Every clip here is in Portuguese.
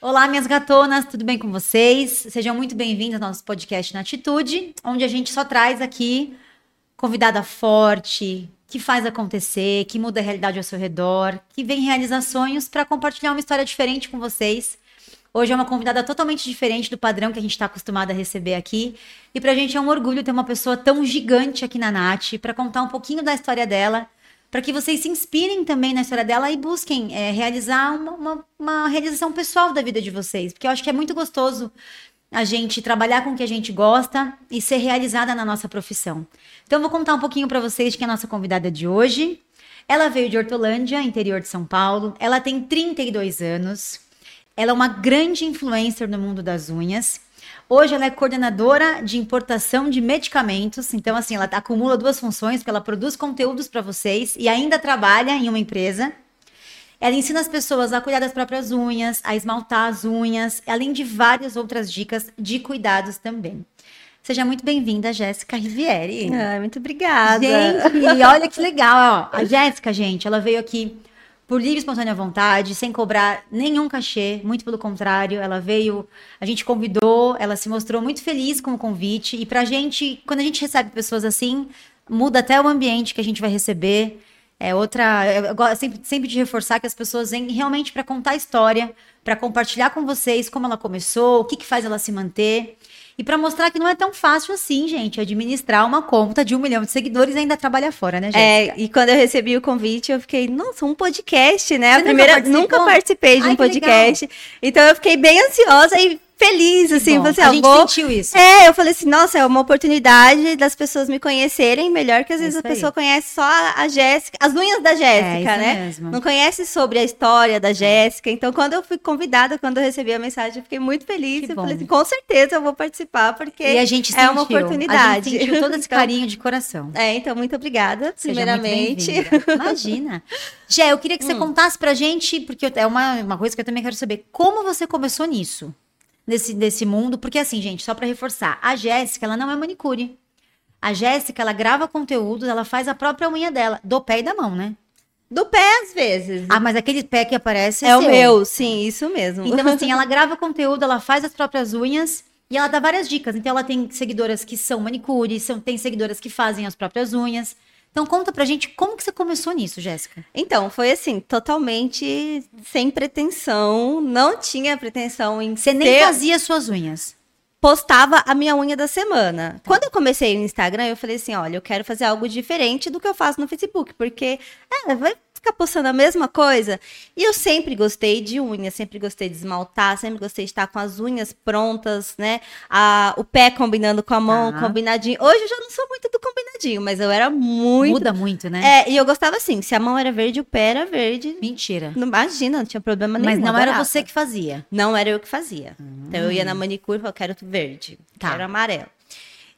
Olá, minhas gatonas, tudo bem com vocês? Sejam muito bem-vindos ao nosso podcast Na Atitude, onde a gente só traz aqui convidada forte, que faz acontecer, que muda a realidade ao seu redor, que vem realizar sonhos para compartilhar uma história diferente com vocês. Hoje é uma convidada totalmente diferente do padrão que a gente está acostumado a receber aqui. E para a gente é um orgulho ter uma pessoa tão gigante aqui na Nath para contar um pouquinho da história dela, para que vocês se inspirem também na história dela e busquem é, realizar uma, uma, uma realização pessoal da vida de vocês. Porque eu acho que é muito gostoso a gente trabalhar com o que a gente gosta e ser realizada na nossa profissão. Então, vou contar um pouquinho para vocês que é a nossa convidada de hoje. Ela veio de Hortolândia, interior de São Paulo. Ela tem 32 anos. Ela é uma grande influencer no mundo das unhas. Hoje ela é coordenadora de importação de medicamentos. Então, assim, ela acumula duas funções, porque ela produz conteúdos para vocês e ainda trabalha em uma empresa. Ela ensina as pessoas a cuidar das próprias unhas, a esmaltar as unhas, além de várias outras dicas de cuidados também. Seja muito bem-vinda, Jéssica Rivieri. Ai, muito obrigada. Gente, olha que legal. Ó. A Jéssica, gente, ela veio aqui por livre e espontânea vontade, sem cobrar nenhum cachê, muito pelo contrário, ela veio, a gente convidou, ela se mostrou muito feliz com o convite e pra gente, quando a gente recebe pessoas assim, muda até o ambiente que a gente vai receber. É outra, eu gosto sempre, sempre de reforçar que as pessoas vêm realmente para contar a história, para compartilhar com vocês como ela começou, o que, que faz ela se manter e para mostrar que não é tão fácil assim, gente, administrar uma conta de um milhão de seguidores e ainda trabalhar fora, né, Jéssica? É, e quando eu recebi o convite, eu fiquei, nossa, um podcast, né? Você a primeira, nunca, nunca participei de Ai, um podcast. Legal. Então eu fiquei bem ansiosa e feliz, assim, Bom, você a gente vou... sentiu isso. É, eu falei assim, nossa, é uma oportunidade das pessoas me conhecerem melhor, que às vezes É isso a pessoa aí. conhece só a Jéssica, as unhas da Jéssica, é, né? Mesmo. Não conhece sobre a história da Jéssica. Então, quando eu fui convidada, quando eu recebi a mensagem, eu fiquei muito feliz. Que eu bom. falei assim, com certeza eu vou participar, porque e a gente sentiu, é uma oportunidade. A gente sentiu todo esse então, carinho de coração. É, então, muito obrigada, Seja primeiramente. Imagina. Jé, eu queria que você hum. contasse pra gente, porque é uma, uma coisa que eu também quero saber, como você começou nisso? nesse, nesse mundo, porque assim, gente, só para reforçar, a Jéssica, ela não é manicure. A Jéssica, ela grava conteúdos, ela faz a própria unha dela, do pé e da mão, né? Do pé, às vezes. Ah, mas aquele pé que aparece é, é o meu, sim, isso mesmo. Então, assim, ela grava conteúdo, ela faz as próprias unhas e ela dá várias dicas. Então, ela tem seguidoras que são manicures, são, tem seguidoras que fazem as próprias unhas. Então conta pra gente como que você começou nisso, Jéssica. Então, foi assim, totalmente sem pretensão, não tinha pretensão em Você ter... nem fazia suas unhas. Postava a minha unha da semana. Tá. Quando eu comecei no Instagram, eu falei assim: olha, eu quero fazer algo diferente do que eu faço no Facebook, porque é, vai ficar postando a mesma coisa. E eu sempre gostei de unha, sempre gostei de esmaltar, sempre gostei de estar com as unhas prontas, né? A, o pé combinando com a mão, tá. combinadinho. Hoje eu já não sou muito do combinadinho, mas eu era muito. Muda muito, né? É, e eu gostava assim: se a mão era verde, o pé era verde. Mentira. Não, imagina, não tinha problema nenhum. Mas não barata. era você que fazia. Não era eu que fazia. Hum. Então eu ia na manicure e eu quero verde, tá. quero amarelo.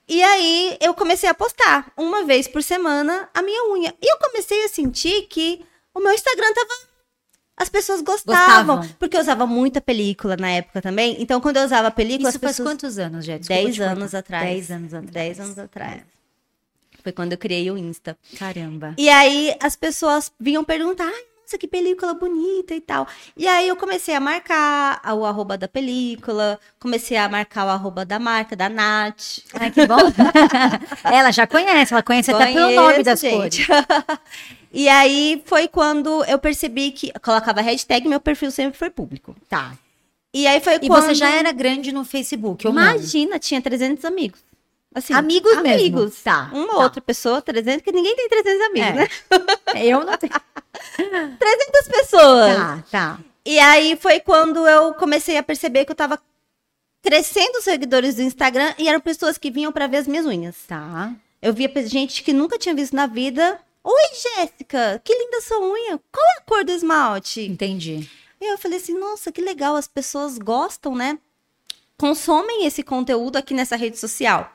E aí eu comecei a postar uma vez por semana a minha unha. E eu comecei a sentir que o meu Instagram tava. As pessoas gostavam, gostavam, Porque eu usava muita película na época também. Então, quando eu usava película. Isso faz pessoas... quantos anos, gente? Dez anos atrás. Dez anos atrás. Dez anos atrás. Foi quando eu criei o Insta. Caramba. E aí as pessoas vinham perguntar. Ai, nossa, que película bonita e tal. E aí eu comecei a marcar o arroba da película, comecei a marcar o arroba da marca, da Nath. Ai, que bom. ela já conhece, ela conhece Conheço, até pelo nome das gente. cores. E aí foi quando eu percebi que eu colocava hashtag, meu perfil sempre foi público. Tá. E aí foi e quando... você já é era grande no Facebook, ou Imagina, não? tinha 300 amigos. Assim, amigos, amigos mesmo. Um Tá. Uma tá. outra pessoa, 300, que ninguém tem 300 amigos, é. né? Eu não tenho. 300 pessoas. Tá, tá. E aí foi quando eu comecei a perceber que eu tava crescendo os seguidores do Instagram e eram pessoas que vinham para ver as minhas unhas. Tá. Eu via gente que nunca tinha visto na vida. Oi, Jéssica, que linda sua unha. Qual é a cor do esmalte? Entendi. E eu falei assim, nossa, que legal, as pessoas gostam, né? Consomem esse conteúdo aqui nessa rede social.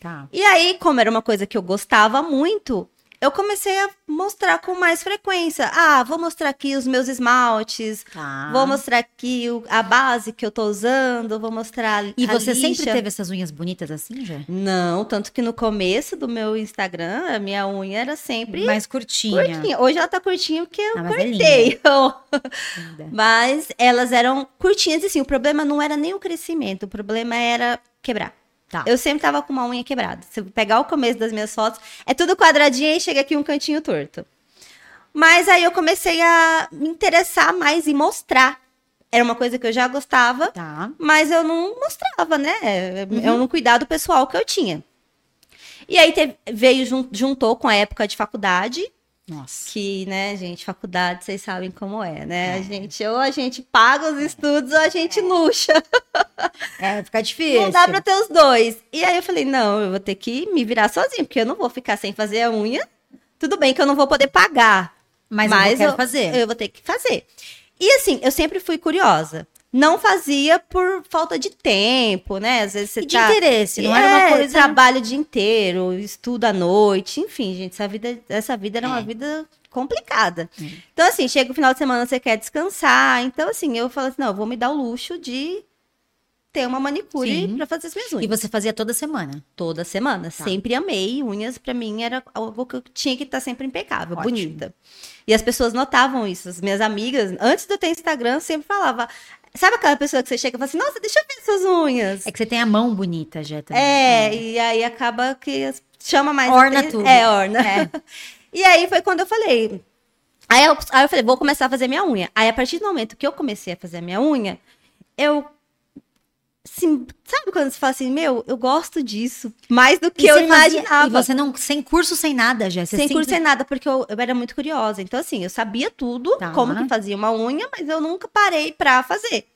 Tá. E aí, como era uma coisa que eu gostava muito, eu comecei a mostrar com mais frequência. Ah, vou mostrar aqui os meus esmaltes, Tá. vou mostrar aqui o- a base que eu tô usando, vou mostrar E a você lixa. sempre teve essas unhas bonitas assim, já? Não, tanto que no começo do meu Instagram, a minha unha era sempre Mais curtinha. curtinha. Hoje ela tá curtinha porque eu Ah, mas é cortei. Linda. mas elas eram curtinhas, e assim, o problema não era nem o crescimento, o problema era quebrar. Tá. Eu sempre tava com uma unha quebrada. Se eu pegar o começo das minhas fotos, é tudo quadradinho e chega aqui um cantinho torto. Mas aí eu comecei a me interessar mais e mostrar. Era uma coisa que eu já gostava, Tá. mas eu não mostrava, né? É é Uhum. um cuidado pessoal que eu tinha. E aí teve- veio, jun- juntou com a época de faculdade, Nossa. que, né, gente, faculdade, vocês sabem como é, né? A gente, ou a gente paga os estudos ou a gente luxa. É, fica difícil. Não dá pra ter os dois. E aí eu falei, não, eu vou ter que me virar sozinho, porque eu não vou ficar sem fazer a unha. Tudo bem que eu não vou poder pagar. Mas, eu não quero fazer. Eu vou ter que fazer. E assim, eu sempre fui curiosa. Não fazia por falta de tempo, né? Às vezes você E de tá... interesse, não é, era uma coisa... trabalho o dia inteiro, estudo à noite, enfim, gente, essa vida, essa vida era uma É. vida complicada. É. Então, assim, chega o final de semana, você quer descansar, então, assim, eu falo assim, não, eu vou me dar o luxo de ter uma manicure Sim. pra fazer as minhas E unhas. você fazia toda semana. Toda semana, Tá. sempre amei, unhas pra mim era algo que eu tinha que estar sempre impecável, Ótimo. bonita. E as pessoas notavam isso, as minhas amigas, antes de eu ter Instagram, sempre falava, sabe aquela pessoa que você chega e fala assim, nossa, deixa eu ver suas unhas. É que você tem a mão bonita, já também. É, e aí acaba que as- chama mais. Orna aten- tudo. É, orna. É. E aí foi quando eu falei. Aí eu, aí eu falei, vou começar a fazer minha unha. Aí a partir do momento que eu comecei a fazer a minha unha, eu. assim, sabe quando você fala assim, meu, eu gosto disso mais do que E eu você fazia- imaginava. E você não... Sem curso, sem nada, já. Você Sem simples- curso, sem nada, porque eu, eu era muito curiosa. Então, assim, eu sabia tudo, Tá. como que fazia uma unha, mas eu nunca parei pra fazer.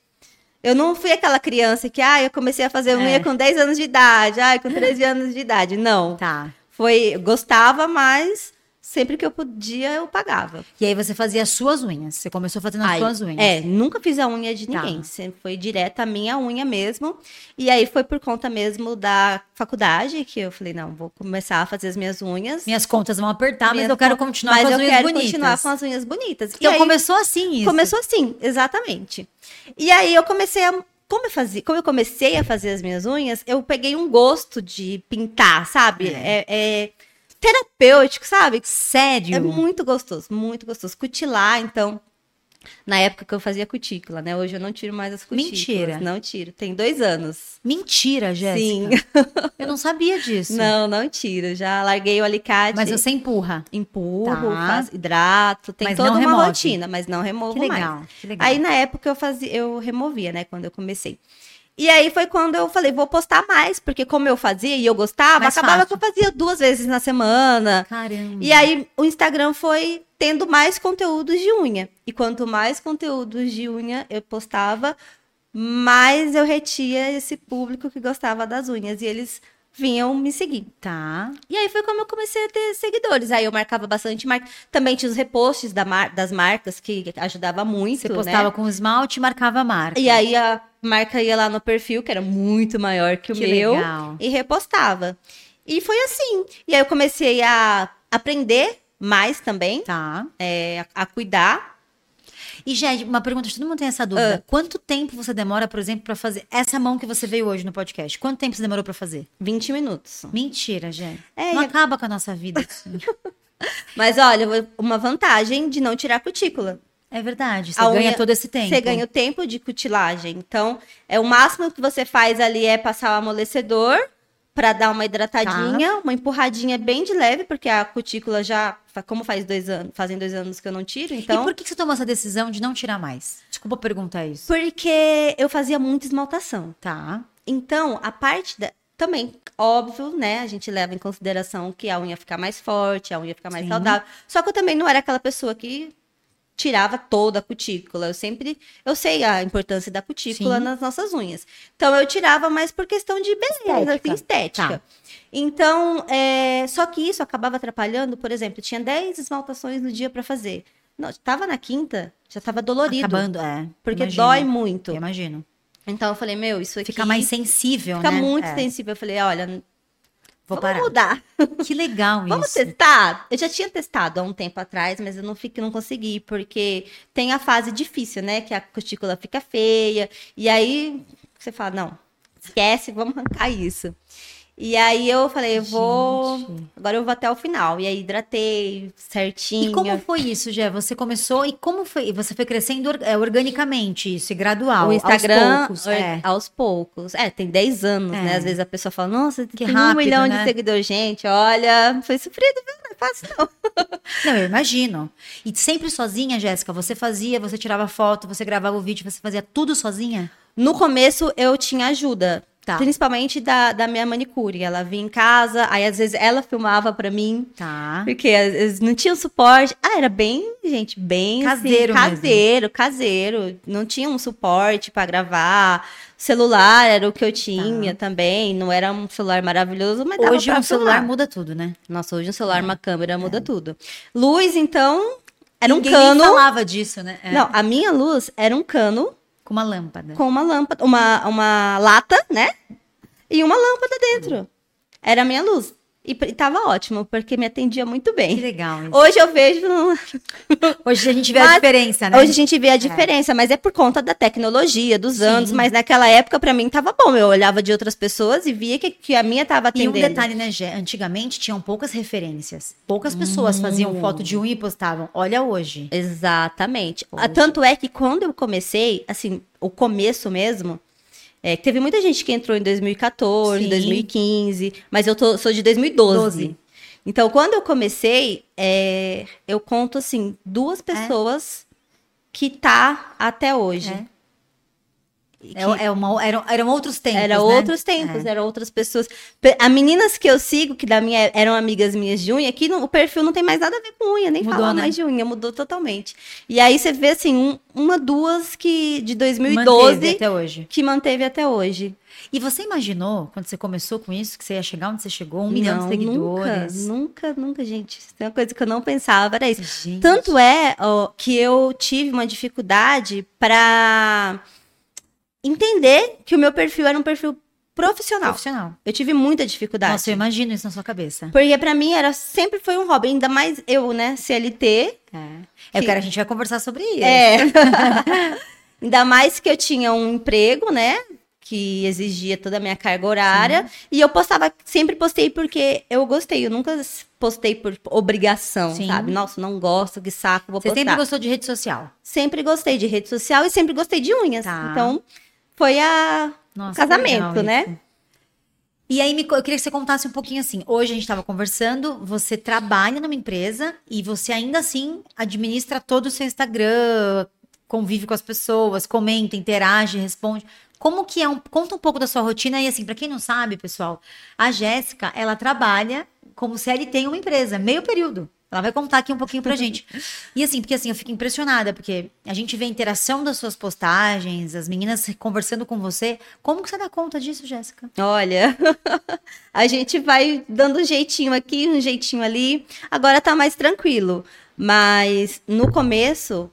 Eu não fui aquela criança que, ah, eu comecei a fazer unha É. com 10 anos de idade, ah, com 13 anos de idade. Não. Tá. Foi, eu gostava, mas sempre que eu podia, eu pagava. E aí você fazia as suas unhas. Você começou fazendo as Aí, suas unhas. É, nunca fiz a unha de Tá. ninguém. Sempre foi direta a minha unha mesmo. E aí foi por conta mesmo da faculdade que eu falei, não, vou começar a fazer as minhas unhas. Minhas contas vão apertar, mas Minhas eu quero con- continuar mas com as eu unhas quero bonitas. continuar com as unhas bonitas. Então e aí, começou assim isso. começou assim, exatamente. E aí eu comecei a como eu fazia, como eu comecei a fazer as minhas unhas, eu peguei um gosto de pintar, sabe? É, é terapêutico, sabe? Sério? É muito gostoso, muito gostoso. Cutilar, então. Na época que eu fazia cutícula, né? Hoje eu não tiro mais as cutículas. Mentira. Não tiro. Tem dois anos. Mentira, Sim. Jéssica. Eu não sabia disso. Não, não tiro. Já larguei o alicate. Mas você empurra. empurro, Tá. faço hidrato, tem Mas toda não uma remove. rotina, mas não removo Que mais. legal, que legal. Aí na época eu fazia, eu removia, né, quando eu comecei. E aí foi quando eu falei, vou postar mais, porque como eu fazia e eu gostava, Mais acabava fácil. Uhum. que eu fazia duas vezes na semana. Caramba. E aí o Instagram foi tendo mais conteúdos de unha. E quanto mais conteúdos de unha eu postava, mais eu retia esse público que gostava das unhas e eles vinham me seguir. Tá. E aí foi como eu comecei a ter seguidores. Aí eu marcava bastante marca. Também tinha os reposts da mar- das marcas que ajudava muito. Você postava né? com esmalte e marcava a marca. E aí a marca ia lá no perfil, que era muito maior que o Que meu, legal. e repostava. E foi assim. E aí eu comecei a aprender mais também, Tá. é, a- a cuidar. E, Jed, uma pergunta, todo mundo tem essa dúvida. Ah. Quanto tempo você demora, por exemplo, pra fazer essa mão que você veio hoje no podcast? Quanto tempo você demorou pra fazer? 20 minutos. Mentira, Jed. É, Não eu- acaba com a nossa vida. assim. Mas olha, eu vou- uma vantagem de não tirar a cutícula. é verdade. Você A ganha unha- todo esse tempo. Você ganha o tempo de cutilagem. Então, é o máximo que você faz ali é passar o amolecedor para dar uma hidratadinha, uma empurradinha bem de leve, porque a cutícula já, fa- como faz dois anos, fazem dois anos que eu não tiro, então. E por que que você tomou essa decisão de não tirar mais? Desculpa perguntar isso. Porque eu fazia muita esmaltação. Tá. Então, a parte da também, óbvio, né? A gente leva em consideração que a unha fica mais forte, a unha fica mais Sim. saudável. Só que eu também não era aquela pessoa que tirava toda a cutícula. Eu sempre, eu sei a importância da cutícula Sim. nas nossas unhas. Então eu tirava mais por questão de Estética. beleza, assim, estética. Tá. Então, é, só que isso acabava atrapalhando, por exemplo, eu tinha 10 esmaltações no dia pra fazer. Não, tava na quinta, já tava dolorido, Acabando, é. porque imagino. dói muito. Eu imagino. Então eu falei, meu, isso aqui Fica mais sensível, Fica né? muito É. sensível. Eu falei, olha, Vou Vamos parar. mudar. Que legal Vamos isso. testar? Eu já tinha testado há um tempo atrás, mas eu não, fiquei, não consegui, porque tem a fase difícil, né? Que a cutícula fica feia. E aí você fala, não, esquece, vamos arrancar isso. E aí eu falei, eu vou. Gente. Agora eu vou até o final. E aí hidratei certinho. E como foi isso, Gé? Você começou e como foi? e Você foi crescendo or- é, organicamente isso, e gradual. o Instagram Ah, Aos poucos, or- é. aos poucos. É, tem 10 anos, É. né? Às vezes a pessoa fala, nossa, Que tem um rápido, milhão né? de seguidores. Gente, olha, foi sofrido, viu? Não é fácil, não. Não, eu imagino. E sempre sozinha, Jéssica? Você fazia, você tirava foto, você gravava o vídeo, você fazia tudo sozinha? No começo eu tinha ajuda. Tá. Principalmente da, da minha manicure. Ela vinha em casa, aí às vezes ela filmava pra mim. Tá. Porque às vezes não tinha o suporte. Ah, era bem, gente, bem assim, Caseiro mesmo. caseiro, caseiro. Não tinha um suporte pra gravar. Celular era o que Tá. eu tinha também. Não era um celular maravilhoso, mas dava Hoje pra um celular filmar. muda tudo, né? Nossa, hoje um celular, uma câmera muda tudo. Luz, então, era Ninguém um nem cano. falava disso, né? É, Não, a minha luz era um cano Com uma lâmpada. com uma lâmpada, uma, uma lata, né? E uma lâmpada dentro. Era a minha luz. E, pre- tava ótimo, porque me atendia muito Que bem. legal. isso. Hoje eu vejo. Hoje a gente vê a Mas- diferença, né? Hoje a gente vê a diferença, mas é por conta da tecnologia, dos Sim. anos. Mas naquela época, pra mim, tava bom. Eu olhava de outras pessoas e via que, que a minha tava E um atendendo. detalhe, né, Gé? Antigamente tinham poucas referências. Poucas pessoas faziam foto Hum. de um e postavam. Olha hoje. Exatamente. Ah, Tanto é que quando eu comecei, assim, o começo mesmo, é, que teve muita gente que entrou em 2014, Sim. 2015, mas eu tô- sou de 2012. 12. Então, quando eu comecei, é, eu conto, assim, duas É. pessoas que tá até hoje. É. E É, que- é uma- eram, eram outros tempos. era né? outros tempos, É. eram outras pessoas. Pe- As meninas que eu sigo, que da minha eram amigas minhas de unha, que não- o perfil não tem mais nada a ver com unha, nem Mudou, fala né? mais de unha, mudou totalmente. E aí você vê assim, um- uma, duas que de 2012 Manteve até hoje. que manteve até hoje. E você imaginou, quando você começou com isso, que você ia chegar onde você chegou? Um milhão de seguidores. Nunca, nunca, nunca, gente. Isso é uma coisa que eu não pensava, era isso. Gente, Tanto é ó, que eu tive uma dificuldade pra entender que o meu perfil era um perfil profissional. profissional. Eu tive muita dificuldade. Nossa, eu imagino isso na sua cabeça. Porque pra mim era sempre foi um hobby, ainda mais eu, né, CLT. É. É o Que- cara, a gente vai conversar sobre isso. É. ainda mais que eu tinha um emprego, né, que exigia toda a minha carga horária, e eu postava, sempre postei porque eu gostei, eu nunca s- postei por obrigação, Sim. sabe? Nossa, não gosto, que saco, vou Você postar. sempre gostou de rede social. Sempre gostei de rede social e sempre gostei de unhas. Tá. Então, foi a Nossa, casamento, que legal né? isso. E aí, me co- eu queria que você contasse um pouquinho assim. Hoje a gente estava conversando, você trabalha numa empresa e você ainda assim administra todo o seu Instagram, convive com as pessoas, comenta, interage, responde. Como que é um. Conta um pouco da sua rotina e assim, para quem não sabe, pessoal, a Jéssica, ela trabalha como se ela tem uma empresa, meio período. Ela vai contar aqui um pouquinho pra gente. E assim, porque assim, eu fico impressionada, porque a gente vê a interação das suas postagens, as meninas conversando com você. Como que você dá conta disso, Jéssica? Olha, a gente vai dando um jeitinho aqui, um jeitinho ali. Agora tá mais tranquilo. Mas no começo,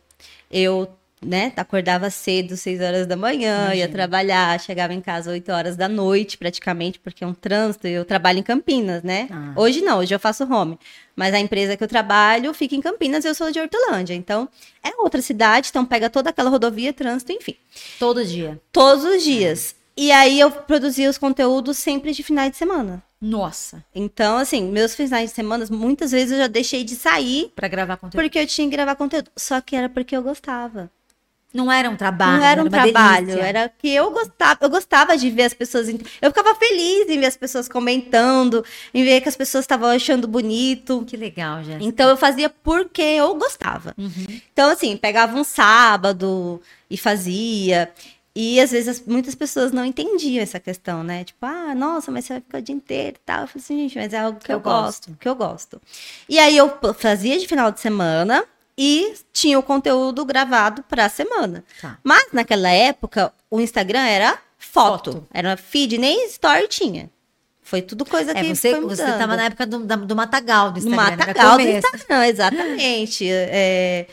eu, né, acordava cedo, 6 horas da manhã, Imagino. ia trabalhar, chegava em casa 8 horas da noite, praticamente, porque é um trânsito. e Eu trabalho em Campinas, né? Ah. Hoje não, hoje eu faço home. Mas a empresa que eu trabalho fica em Campinas, eu sou de Hortolândia. Então, é outra cidade, então pega toda aquela rodovia, trânsito, enfim Todo dia. todos os dias. E aí eu produzia os conteúdos sempre de finais de semana. Nossa. Então, assim, meus finais de semana, muitas vezes eu já deixei de sair Pra gravar conteúdo. porque eu tinha que gravar conteúdo. Só que era porque eu gostava. Não era um trabalho. Não era um uma trabalho, delícia. era que eu gostava. Eu gostava de ver as pessoas. ent- Eu ficava feliz em ver as pessoas comentando, em ver que as pessoas estavam achando bonito. Que legal, Jéssica. Então eu fazia porque eu gostava. Uhum. Então, assim, pegava um sábado e fazia. E às vezes as- muitas pessoas não entendiam essa questão, né? Tipo, ah, nossa, mas você vai ficar o dia inteiro e tal. Eu falei assim, gente, mas é algo que Eu eu, gosto. gosto, que eu gosto. E aí eu p- fazia de final de semana e tinha o conteúdo gravado para a semana. Tá. Mas naquela época, o Instagram era foto, Foto. era feed, nem story tinha. Foi tudo coisa que É, você, foi você mudando. tava na época do, da- do Matagal do No Instagram. né? era Matagal do começo. Instagram, exatamente. É,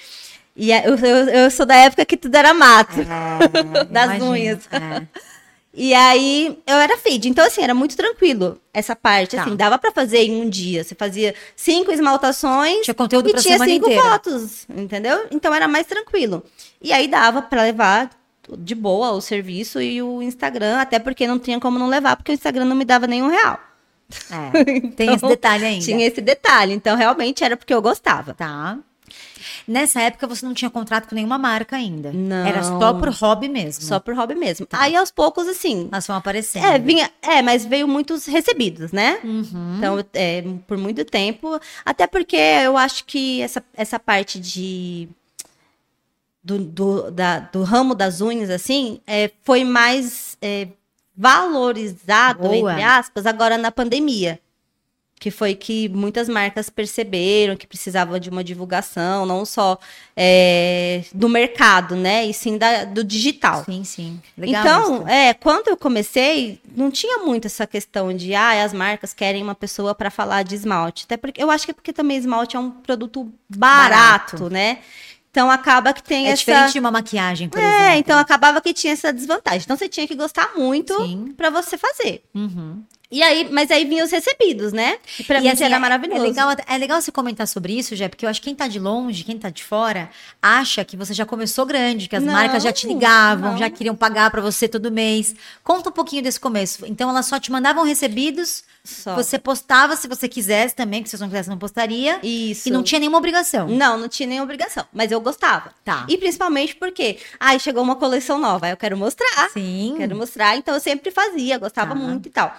e a- eu, eu- eu sou da época que tudo era mato. É, Das imagino, unhas. é. E aí eu era feed, então assim, era muito tranquilo essa parte, Tá. assim, dava pra fazer em um dia. Você fazia cinco esmaltações Tinha conteúdo e pra tinha semana cinco inteira. fotos, entendeu? Então era mais tranquilo. E aí dava pra levar de boa o serviço e o Instagram, até porque não tinha como não levar, porque o Instagram não me dava nenhum real. É, tem esse Então, detalhe ainda. Tinha esse detalhe, então realmente era porque eu gostava. Tá. Nessa época você não tinha contrato com nenhuma marca ainda. Não. Era só por hobby mesmo. Só por hobby mesmo. Tá. Aí aos poucos, assim. Nós fomos aparecendo. É, vinha, é, mas veio muitos recebidos, né? Uhum. Então, é, por muito tempo. Até porque eu acho que essa, essa parte de. Do, do, da- do ramo das unhas, assim, é, foi mais é, valorizado, Boa. entre aspas, agora na pandemia. Que foi que muitas marcas perceberam que precisava de uma divulgação, não só é, do mercado, né? E sim da, do digital. Sim, sim. Legal. então, isso. é, quando eu comecei, não tinha muito essa questão de, ah, as marcas querem uma pessoa para falar de esmalte. Até porque eu acho que é porque também esmalte é um produto barato, Barato. né? Então acaba que tem é essa diferente de uma maquiagem, por exemplo. É, então acabava que tinha essa desvantagem. Então você tinha que gostar muito Sim. para você fazer. Uhum. E aí, mas aí vinham os recebidos, né? E pra E, mim assim, era é- maravilhoso. É legal, é legal você comentar sobre isso, Jé, porque eu acho que quem tá de longe, quem tá de fora, acha que você já começou grande, que as Não, marcas já te ligavam, não. já queriam pagar pra você todo mês. Conta um pouquinho desse começo. Então elas só te mandavam recebidos, Só. você postava se você quisesse também, que se você não quisesse não postaria, Isso. e Hum, não tinha nenhuma obrigação. Não, não tinha nenhuma obrigação, mas eu gostava. Tá. E principalmente porque, ai, chegou uma coleção nova, eu quero mostrar. Sim. Quero mostrar, então eu sempre fazia, gostava Hum. Tá. muito e tal.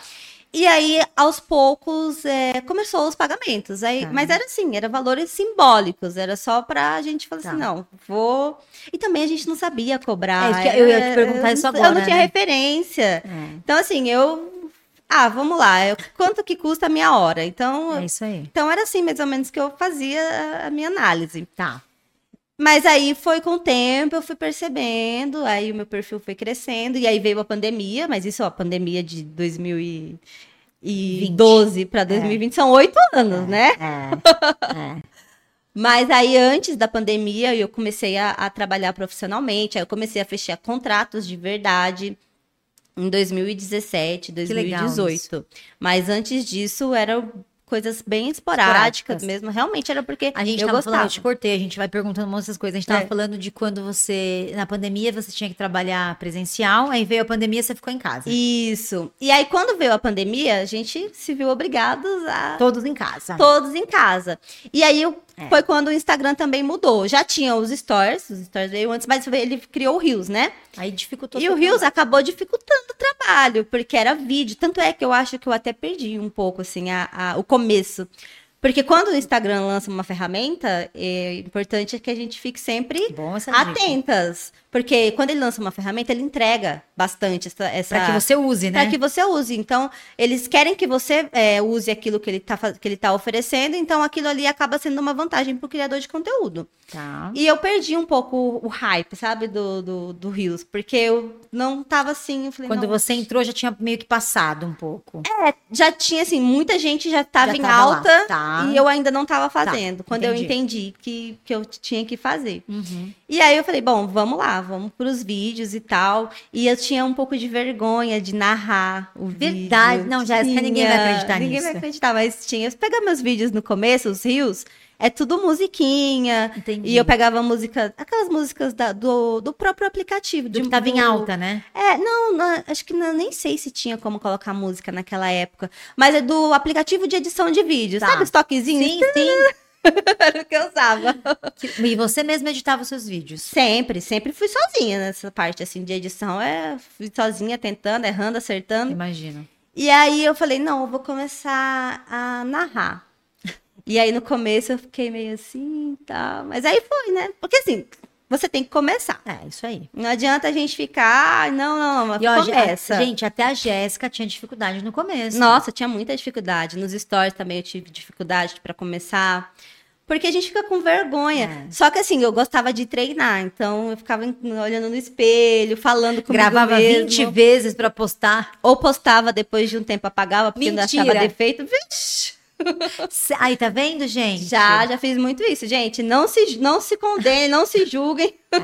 E aí, aos poucos, é, começou os pagamentos. Aí, Tá. Mas era assim, era valores simbólicos, era só pra gente falar Tá. assim, não, vou. E também a gente não sabia cobrar. É, isso que eu ia te é, perguntar isso eu não- Eu agora, não tinha né? referência. É, Então, assim, eu. Ah, vamos lá, eu- quanto que custa a minha hora? Então, é isso aí. então era assim, mais ou menos, que eu fazia a minha análise. Tá. Mas aí foi com o tempo, eu fui percebendo, aí o meu perfil foi crescendo, e aí veio a pandemia, mas isso, ó, a pandemia de 2012 para 2020 são oito anos, né? É, Mas aí antes da pandemia eu comecei a, a trabalhar profissionalmente, aí eu comecei a fechar contratos de verdade em 2017, Que legal 2018. Mas antes disso eram coisas bem esporádicas Esporádicas. mesmo, realmente era porque A gente eu tava gostava. falando, eu te cortei, a gente vai perguntando um monte dessas coisas. A gente tava É. falando de quando você, na pandemia, você tinha que trabalhar presencial, aí veio a pandemia, você ficou em casa. Isso. E aí, quando veio a pandemia, a gente se viu obrigados a Todos em casa. todos em casa. E aí eu- É. foi quando o Instagram também mudou. Já tinha os stories, os stories veio antes, mas ele criou o Rios, né? Aí dificultou. e o seu Rios acabou dificultando o trabalho, porque era vídeo. Tanto é que eu acho que eu até perdi um pouco, assim, a- a- o começo. Porque quando o Instagram lança uma ferramenta, é importante que a gente fique sempre trabalho. Bom, essa dica. atentas. Porque quando ele lança uma ferramenta, ele entrega bastante essa. essa Pra que você use, né? para que você use. Então, eles querem que você é, use aquilo que ele, tá, fa- que ele tá oferecendo, então aquilo ali acaba sendo uma vantagem para o criador de conteúdo. Tá. E eu perdi um pouco o hype, sabe, do, do, do Rios, porque eu não tava assim, eu falei, Quando não, você entrou, já tinha meio que passado um pouco. já tinha assim, muita gente já tava Já em tava lá. alta Tá. e eu ainda não tava fazendo, quando eu entendi. entendi que, que eu tinha que fazer. Uhum. E aí eu falei, bom, vamos lá, vamos pros vídeos e tal. E eu tinha um pouco de vergonha de narrar o Verdade. vídeo. Não, Jéssica, ninguém vai acreditar Ninguém vai nisso. acreditar, mas tinha. Se pegar meus vídeos no começo, os rios, é tudo musiquinha. Entendi. E eu pegava música, aquelas músicas da- do, do próprio aplicativo. Do de- que tava em do- alta, né? É, não, não, acho que não, nem sei se tinha como colocar música naquela época. Mas é do aplicativo de edição de vídeo. Tá. Sabe os toquezinhos? Sim, sim. Era o que eu usava. Que- E você mesma editava os seus vídeos. Sempre, sempre fui sozinha nessa parte assim de edição. É, fui sozinha tentando, errando, acertando. Imagino. E aí eu falei, não, eu vou começar a narrar. E aí no começo eu fiquei meio assim, e tal, mas aí foi, né? Porque assim, você tem que começar. É, isso aí. Não adianta a gente ficar, "Ai, não, não, mas E ó, Jé- começa. gente, até a Jéssica tinha dificuldade no começo. Nossa, eu tinha muita dificuldade. Nos stories também eu tive dificuldade pra começar. Porque a gente fica com vergonha. É. Só que assim, eu gostava de treinar, então eu ficava em- olhando no espelho, falando comigo Gravava mesma. 20 vezes pra postar. Ou postava depois de um tempo, apagava porque não achava Mentira. defeito. Vixe! Se- Aí, tá vendo, gente? É, Já, já fiz muito isso, gente. Não se, não se condenem, não se julguem. É,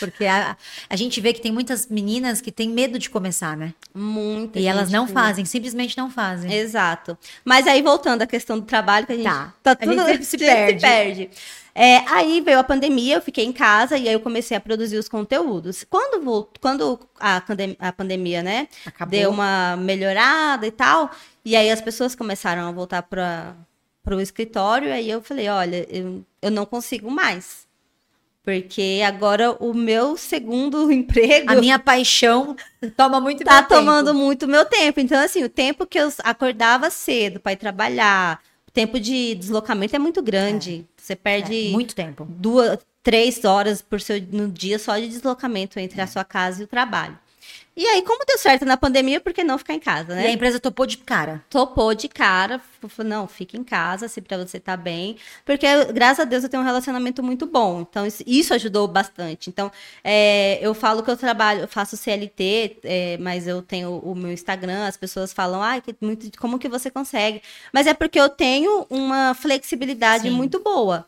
porque a, a gente vê que tem muitas meninas que têm medo de começar, né? Muito. E elas não fazem, simplesmente não fazem. Exato. Mas aí, voltando à questão do trabalho, que a gente Né? Tá. tá, A tudo gente sempre se perde. É, aí veio a pandemia, eu fiquei em casa e aí eu comecei a produzir os conteúdos. Quando, vol- quando a, pandem- a pandemia, né, Acabou. deu uma melhorada e tal, e aí as pessoas começaram a voltar para o escritório, aí eu falei, olha, eu, eu não consigo mais. Porque agora o meu segundo emprego A minha paixão toma muito tá meu tempo. tomando muito meu tempo. Então, assim, o tempo que eu acordava cedo para ir trabalhar, o tempo de deslocamento é muito grande. Você perde É, muito tempo. duas, três horas por seu, no dia só de deslocamento entre a É. sua casa e o trabalho. E aí, como deu certo na pandemia, por que não ficar em casa, E a né? empresa topou de cara. Topou de cara, falou, não, fica em casa, se pra você tá bem. Porque, graças a Deus, eu tenho um relacionamento muito bom. Então, isso, isso ajudou bastante. Então, é, eu falo que eu trabalho, eu faço CLT, é, mas eu tenho o meu Instagram, as pessoas falam, ai, que muito, como que você consegue? Mas é porque eu tenho uma flexibilidade Sim. muito boa.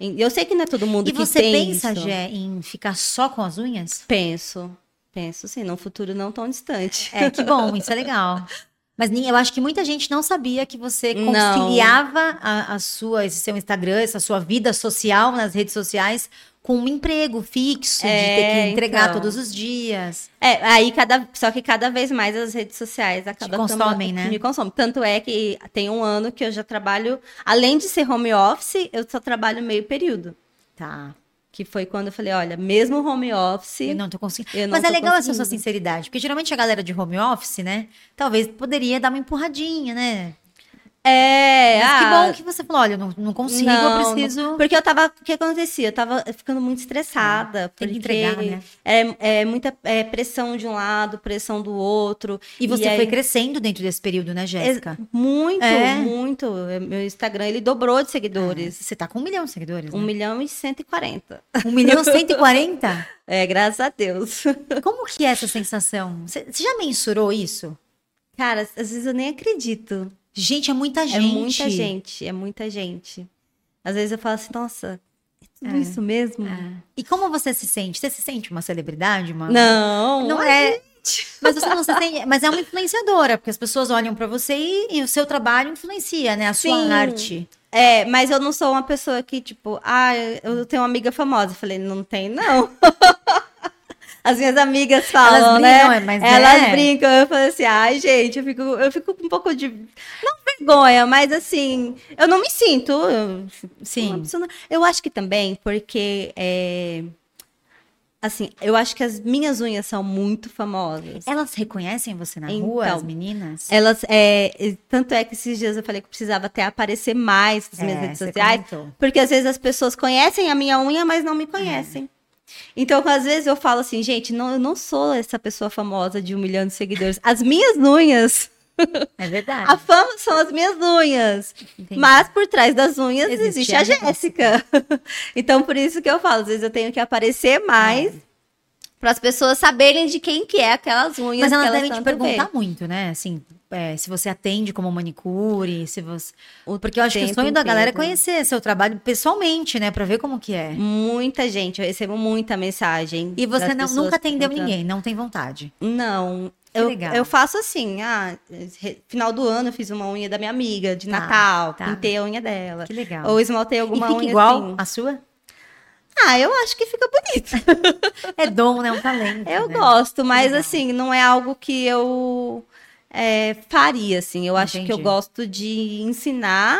E Eu sei que não é todo mundo E que você tem pensa, isso. Gé, em ficar só com as unhas? Penso, penso sim, num futuro não tão distante. É, que bom, isso é legal. Mas nem- eu acho que muita gente não sabia que você Não. conciliava a, a sua, esse seu Instagram, essa sua vida social nas redes sociais com um emprego fixo, de ter É, que entregar então. todos os dias. É, aí cada, só que cada vez mais as redes sociais acabam consomem, tomando- né? Me consomem. Tanto é que tem um ano que eu já trabalho, além de ser home office, eu só trabalho meio período. Tá. Que foi quando eu falei, olha, mesmo home Eu office, não tô conseguindo. eu não Mas é tô legal essa sua conseguindo. sinceridade, porque geralmente a galera de home office, né? Talvez poderia dar uma empurradinha, né? é, Mas que ah, bom que você falou, olha, eu não, não consigo, Não, eu preciso. Porque eu tava. O que acontecia? Eu tava ficando muito estressada. É, Tem que porque entregar, né? É, é muita é, pressão de um lado, pressão do outro. E você foi aí- crescendo dentro desse período, né, Jéssica? Muito, É. muito. Meu Instagram, ele dobrou de seguidores. Você tá com um milhão de seguidores. um né? milhão e 140. Um milhão e 140? É, graças a Deus. Como que é essa sensação? Você você já mensurou isso? Cara, às vezes eu nem acredito. Gente, é muita gente. É muita gente, é muita gente. Às vezes eu falo assim, nossa, é tudo isso mesmo? É. E como você se sente? Você se sente uma celebridade, uma Não, Não é. Mas você não se tem, mas é uma influenciadora, porque as pessoas olham pra você e, e o seu trabalho influencia, né? A sua Sim. arte. É, mas eu não sou uma pessoa que, tipo, ah, eu tenho uma amiga famosa. Eu falei, não tem, não. As minhas amigas falam, Elas né? brincam, é, mas Elas é. brincam. Eu falei assim, ai, gente, eu fico, eu fico com um pouco de. Não vergonha, mas assim, eu não me sinto. eu- uma Sim. pessoa não- Eu acho que também, porque. é, assim, eu acho que as minhas unhas são muito famosas. Elas reconhecem você na rua, Então. as meninas? Elas, é, e tanto é que esses dias eu falei que eu precisava até aparecer mais nas minhas É, redes você sociais. comentou. Porque às vezes as pessoas conhecem a minha unha, mas não me conhecem. Então, às vezes eu falo assim, gente, não, eu não sou essa pessoa famosa de um milhão de seguidores. As minhas unhas, É a verdade. fama são as minhas unhas. Entendi. Mas por trás das unhas Existe existe, a a Jéssica. então, por isso que eu falo, às vezes eu tenho que aparecer É. mais para as pessoas saberem de quem que é aquelas unhas. Mas que elas elas devem te tanto veem. perguntar muito, né? Assim, é, se você atende como manicure, se você. O Porque eu acho que o tempo sonho da galera é inteiro. conhecer seu trabalho pessoalmente, né? Pra ver como que é. Muita gente, eu recebo muita mensagem. E você das não- pessoas nunca atendeu perguntando. ninguém, não tem vontade. Não. Que Eu, legal. eu faço assim, ah, re- final do ano eu fiz uma unha da minha amiga, de Tá, Natal, tá. pintei a unha dela. Que legal. Ou esmaltei e alguma fica unha igual assim. a sua? Ah, eu acho que fica bonito. É dom, né? É um talento. Eu né? gosto, mas Legal. assim, não é algo que eu é, faria, assim. Eu acho que eu Entendi. gosto de ensinar,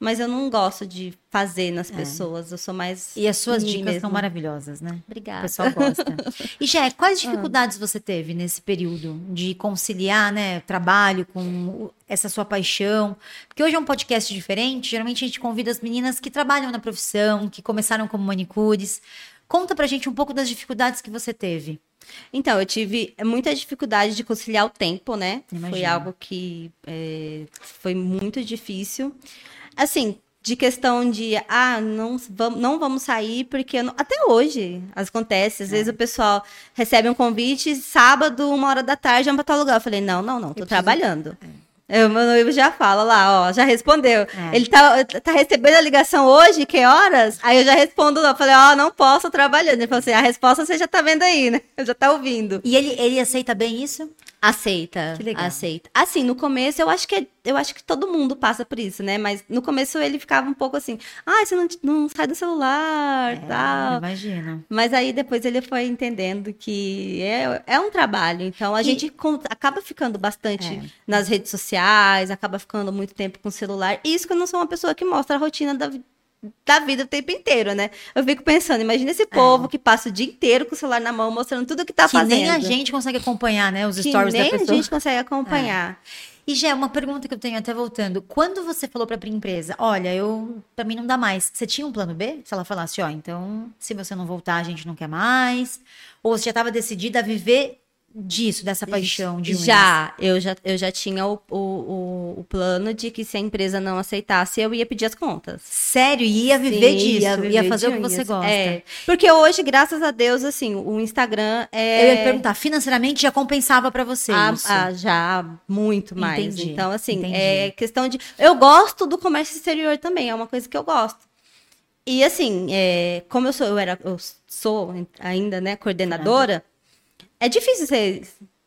mas eu não gosto de fazer nas pessoas. Eu sou mais É. E as suas em mim dicas são mesma. maravilhosas, né? O Obrigada. pessoal gosta. Ah. E Jé, quais dificuldades você teve nesse período de conciliar, né, trabalho com o- essa sua paixão? Porque hoje é um podcast diferente, geralmente a gente convida as meninas que trabalham na profissão, que começaram como manicures. Conta pra gente um pouco das dificuldades que você teve. Então, eu tive muita dificuldade de conciliar o tempo, né? Foi Imagino. algo que é, foi muito difícil. Assim, de questão de, ah, não vamos, não vamos sair, porque eu não- até hoje as- acontece. Às vezes o pessoal recebe um convite, sábado, uma hora da tarde, vamos para tal lugar. Eu falei, não, não, não, tô preciso- trabalhando. É, o meu noivo já fala lá, ó, já respondeu. Ele tá, tá recebendo a ligação hoje, que horas? Aí eu já respondo lá, falei, ó, não posso, tô trabalhando. Ele falou assim, a resposta você já tá vendo aí, né? Já tá ouvindo. E ele, ele aceita bem isso? Aceita. Que legal. Aceita. Assim, no começo eu acho que é- eu acho que todo mundo passa por isso, né? Mas no começo ele ficava um pouco assim, ah, você não, não sai do celular, tal. Ah, Imagina. Mas aí depois ele foi entendendo que é, é um trabalho. Então a E- gente con- acaba ficando bastante É. nas redes sociais, acaba ficando muito tempo com o celular. E isso que eu não sou uma pessoa que mostra a rotina da, vi- da vida o tempo inteiro, né? Eu fico pensando, imagina esse povo que passa o dia inteiro com o celular na mão, mostrando tudo que tá É. que fazendo. nem a gente consegue acompanhar, né? Os que stories nem da a pessoa. É. gente consegue acompanhar. E já uma pergunta que eu tenho até voltando. Quando você falou para a empresa, olha, eu para mim não dá mais. Você tinha um plano B? Se ela falasse, ó, então, se você não voltar, a gente não quer mais, ou você já estava decidida a viver disso, dessa paixão Um de unhas? Já, eu já, eu já tinha o, o, o- o plano de que se a empresa não aceitasse, eu ia pedir as contas. Sério, e ia viver Sim, disso, ia, viver fazer de o que você unhas. gosta. É, porque hoje, graças a Deus, assim, o Instagram é. Ah, Eu ia perguntar, financeiramente já compensava para você a- isso? a- já muito mais. Entendi, Então, assim, entendi. é questão de. Eu gosto do comércio exterior também, é uma coisa que eu gosto. E assim, é, como eu sou, eu era, eu sou ainda, né, coordenadora, é difícil você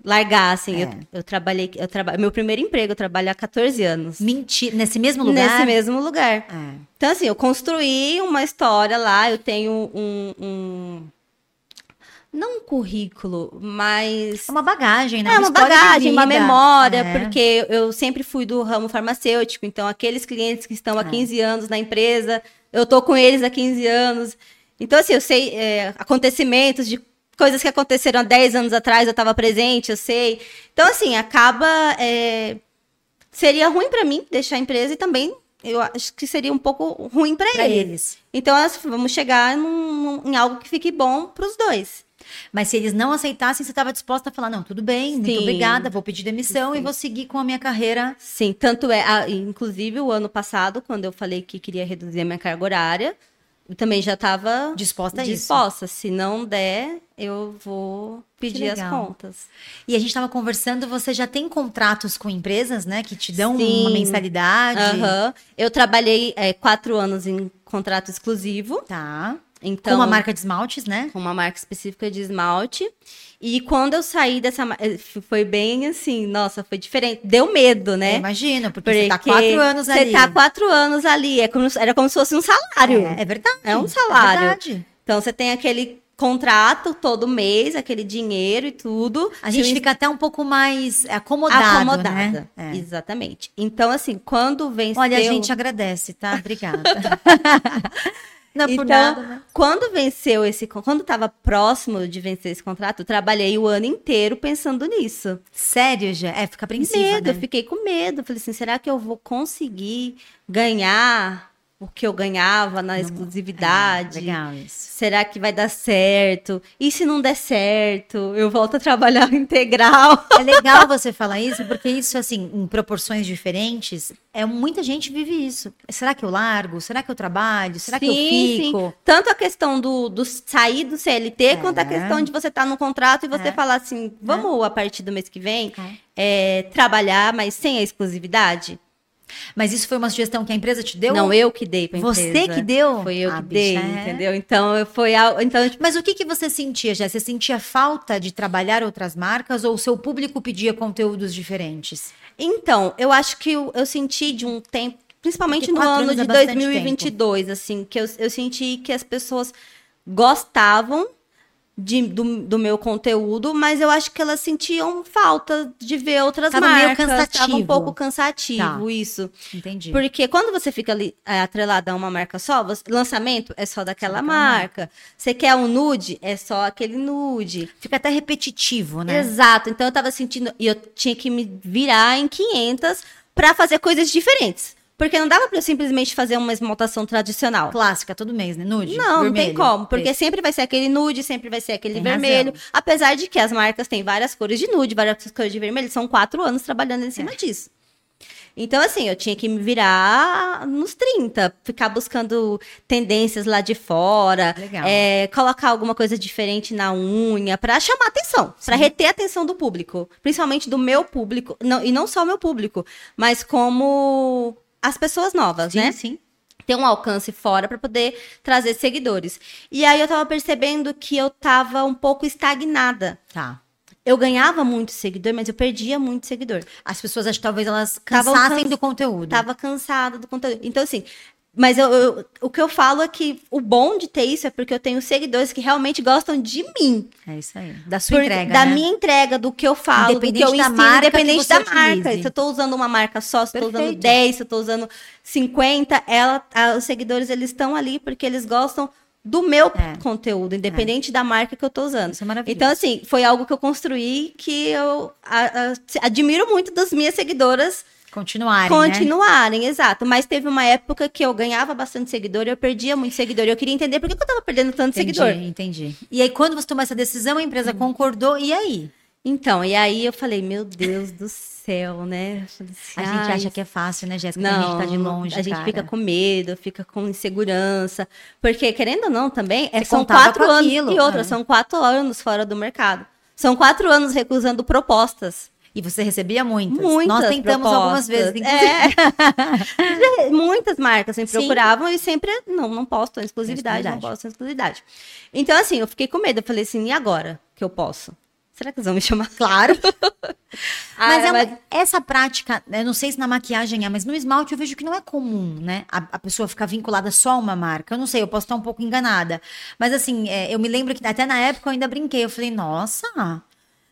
largar, É. assim. Eu, eu trabalhei, eu traba, meu primeiro emprego, eu trabalho há 14 anos. Mentira, nesse mesmo lugar? Nesse mesmo lugar. É. Então, assim, eu construí uma história lá, eu tenho um. um- não um currículo, mas. É uma bagagem, né? É, uma história de bagagem, uma vida. memória, É. porque eu sempre fui do ramo farmacêutico, então aqueles clientes que É. estão há 15 anos na empresa, eu tô com eles há 15 anos. Então, assim, eu sei é, acontecimentos de coisas que aconteceram há 10 anos atrás, eu estava presente, eu sei. Então, assim, acaba. é, seria ruim para mim deixar a empresa e também eu acho que seria um pouco ruim para pra ele. eles. Então, assim, vamos chegar num- num- em algo que fique bom para os dois. Mas se eles não aceitassem, você estava disposta a falar: não, tudo bem, Sim. muito obrigada, vou pedir demissão e vou seguir com a minha carreira. Sim, tanto é, a- inclusive o ano passado, quando eu falei que queria reduzir a minha carga horária, eu também já estava Disposta a isso. disposta. Se não der, eu vou pedir as legal. contas. E a gente estava conversando, você já tem contratos com empresas, né, que te dão uma Sim. mensalidade. Aham. Eu trabalhei é, quatro anos em contrato exclusivo, Tá. então com uma marca de esmaltes, né? com uma marca específica de esmalte. E quando eu saí dessa, ma- eh, foi bem assim, nossa, foi diferente. Deu medo, Eu né? imagino, porque, Porque É, você tá quatro anos ali. Você tá quatro anos ali. É como, se- era como se fosse um salário. É, é verdade. É um salário. verdade. Então você tem aquele contrato todo mês, aquele dinheiro e tudo. A gente Se o fica até um pouco mais acomodado, acomodada. né? É. Exatamente. Então, assim, quando venceu. Olha, a gente agradece, tá? Obrigada. não é por Então, nada, né? quando venceu esse. con- Quando estava próximo de vencer esse contrato, eu trabalhei o ano inteiro pensando nisso. Sério, já? É, fica apreensiva, medo, né? eu fiquei com medo. Falei assim, será que eu vou conseguir ganhar o que eu ganhava na exclusividade? É, legal isso. Será que vai dar certo? E se não der certo, eu volto a trabalhar integral? É legal você falar isso, porque isso, assim, em proporções diferentes, é muita gente vive isso. Será que eu largo? Será que eu trabalho? Será que eu Sim, fico? Tanto a questão do, do sair do CLT, É. quanto a questão de você estar no contrato e você É. falar assim, vamos a partir do mês que vem É. é, trabalhar, mas sem a exclusividade. Mas isso foi uma sugestão que a empresa te deu? Não, eu que dei pra Você empresa. que deu? Foi eu Ah, que dei, bicha, é. entendeu? Então, eu- foi algo... Então, tipo, Mas o que, que você sentia, já? Você sentia falta de trabalhar outras marcas ou o seu público pedia conteúdos diferentes? então, eu acho que eu, eu senti de um tempo, principalmente Porque no quatro ano anos de é bastante 2022, assim, que eu, eu senti que as pessoas gostavam de- do, do meu conteúdo, mas eu acho que elas sentiam falta de ver outras Tava meio marcas. Tava um cansativo. pouco cansativo Tá. isso. Entendi. Porque quando você fica ali é, atrelada a uma marca só, você- lançamento é só daquela marca. Você quer um nude, é só aquele nude. Fica até repetitivo, né? Exato. Então eu tava sentindo. E eu tinha que me virar em 500 pra fazer coisas diferentes. Porque não dava pra eu simplesmente fazer uma esmaltação tradicional. Clássica, todo mês, né? Nude, Não, não tem vermelho, como, porque preto. sempre vai ser aquele nude, sempre vai ser aquele Tem vermelho. razão. É. Apesar de que as marcas têm várias cores de nude, várias cores de vermelho, são quatro anos trabalhando em cima disso. Então, assim, eu tinha que me virar nos 30, ficar buscando tendências lá de fora, Legal. é, colocar alguma coisa diferente na unha pra chamar atenção, pra reter a atenção do público, principalmente do meu público, não- e não só o meu público, mas como as pessoas novas, Sim, né? sim. ter um alcance fora para poder trazer seguidores. E aí eu tava percebendo que eu tava um pouco estagnada. Tá. Eu ganhava muito seguidor, mas eu perdia muito seguidor. As pessoas, acho que talvez elas Tavam cansassem cans- do conteúdo. Tava cansada do conteúdo. Então, assim, mas eu, eu- o que eu falo é que o bom de ter isso é porque eu tenho seguidores que realmente gostam de mim. É isso aí. Da sua Por- entrega, da né? minha entrega, do que eu falo, do que Independente eu da ensino, marca que independente você da utilize. marca. Se eu tô usando uma marca só, se eu tô usando Perfeito. 10, se eu tô usando 50, ela, a- os seguidores, eles estão ali porque eles gostam do meu É. conteúdo, independente da marca que eu tô usando. Isso é maravilhoso. Então, assim, foi algo que eu construí que eu a- a- admiro muito das minhas seguidoras Continuarem, né? continuarem, exato. Mas teve uma época que eu ganhava bastante seguidor e eu perdia muito seguidor. E eu queria entender por que que eu tava perdendo tanto Entendi, seguidor. Hum. entendi. E aí, quando você tomou essa decisão, a empresa concordou, e aí? Então, e aí eu falei, meu Deus do céu, né? Eu falei assim, A gente "Ai, acha que é fácil, né, Jéssica? Quando a não, gente tá de longe, A gente cara. fica com medo, fica com insegurança. Porque, querendo ou não, também, é, Você são contava quatro com anos. aquilo, E outra, é. são quatro anos fora do mercado. São quatro anos recusando propostas. E você recebia muitas. Muitas Nós tentamos propostas. algumas vezes, inclusive. É. Muitas marcas me Sim. procuravam e sempre, não, não posso, tô em exclusividade, não Exclusividade. posso, tô em exclusividade. Então, assim, eu fiquei com medo. Eu falei assim, e agora que eu posso? Será que eles vão me chamar? Claro. Mas, Ah, é uma- essa prática, eu não sei se na maquiagem é, mas no esmalte eu vejo que não é comum, né? A, a pessoa ficar vinculada só a uma marca. Eu não sei, eu posso estar um pouco enganada. Mas assim, é, eu me lembro que até na época eu ainda brinquei. Eu falei, nossa.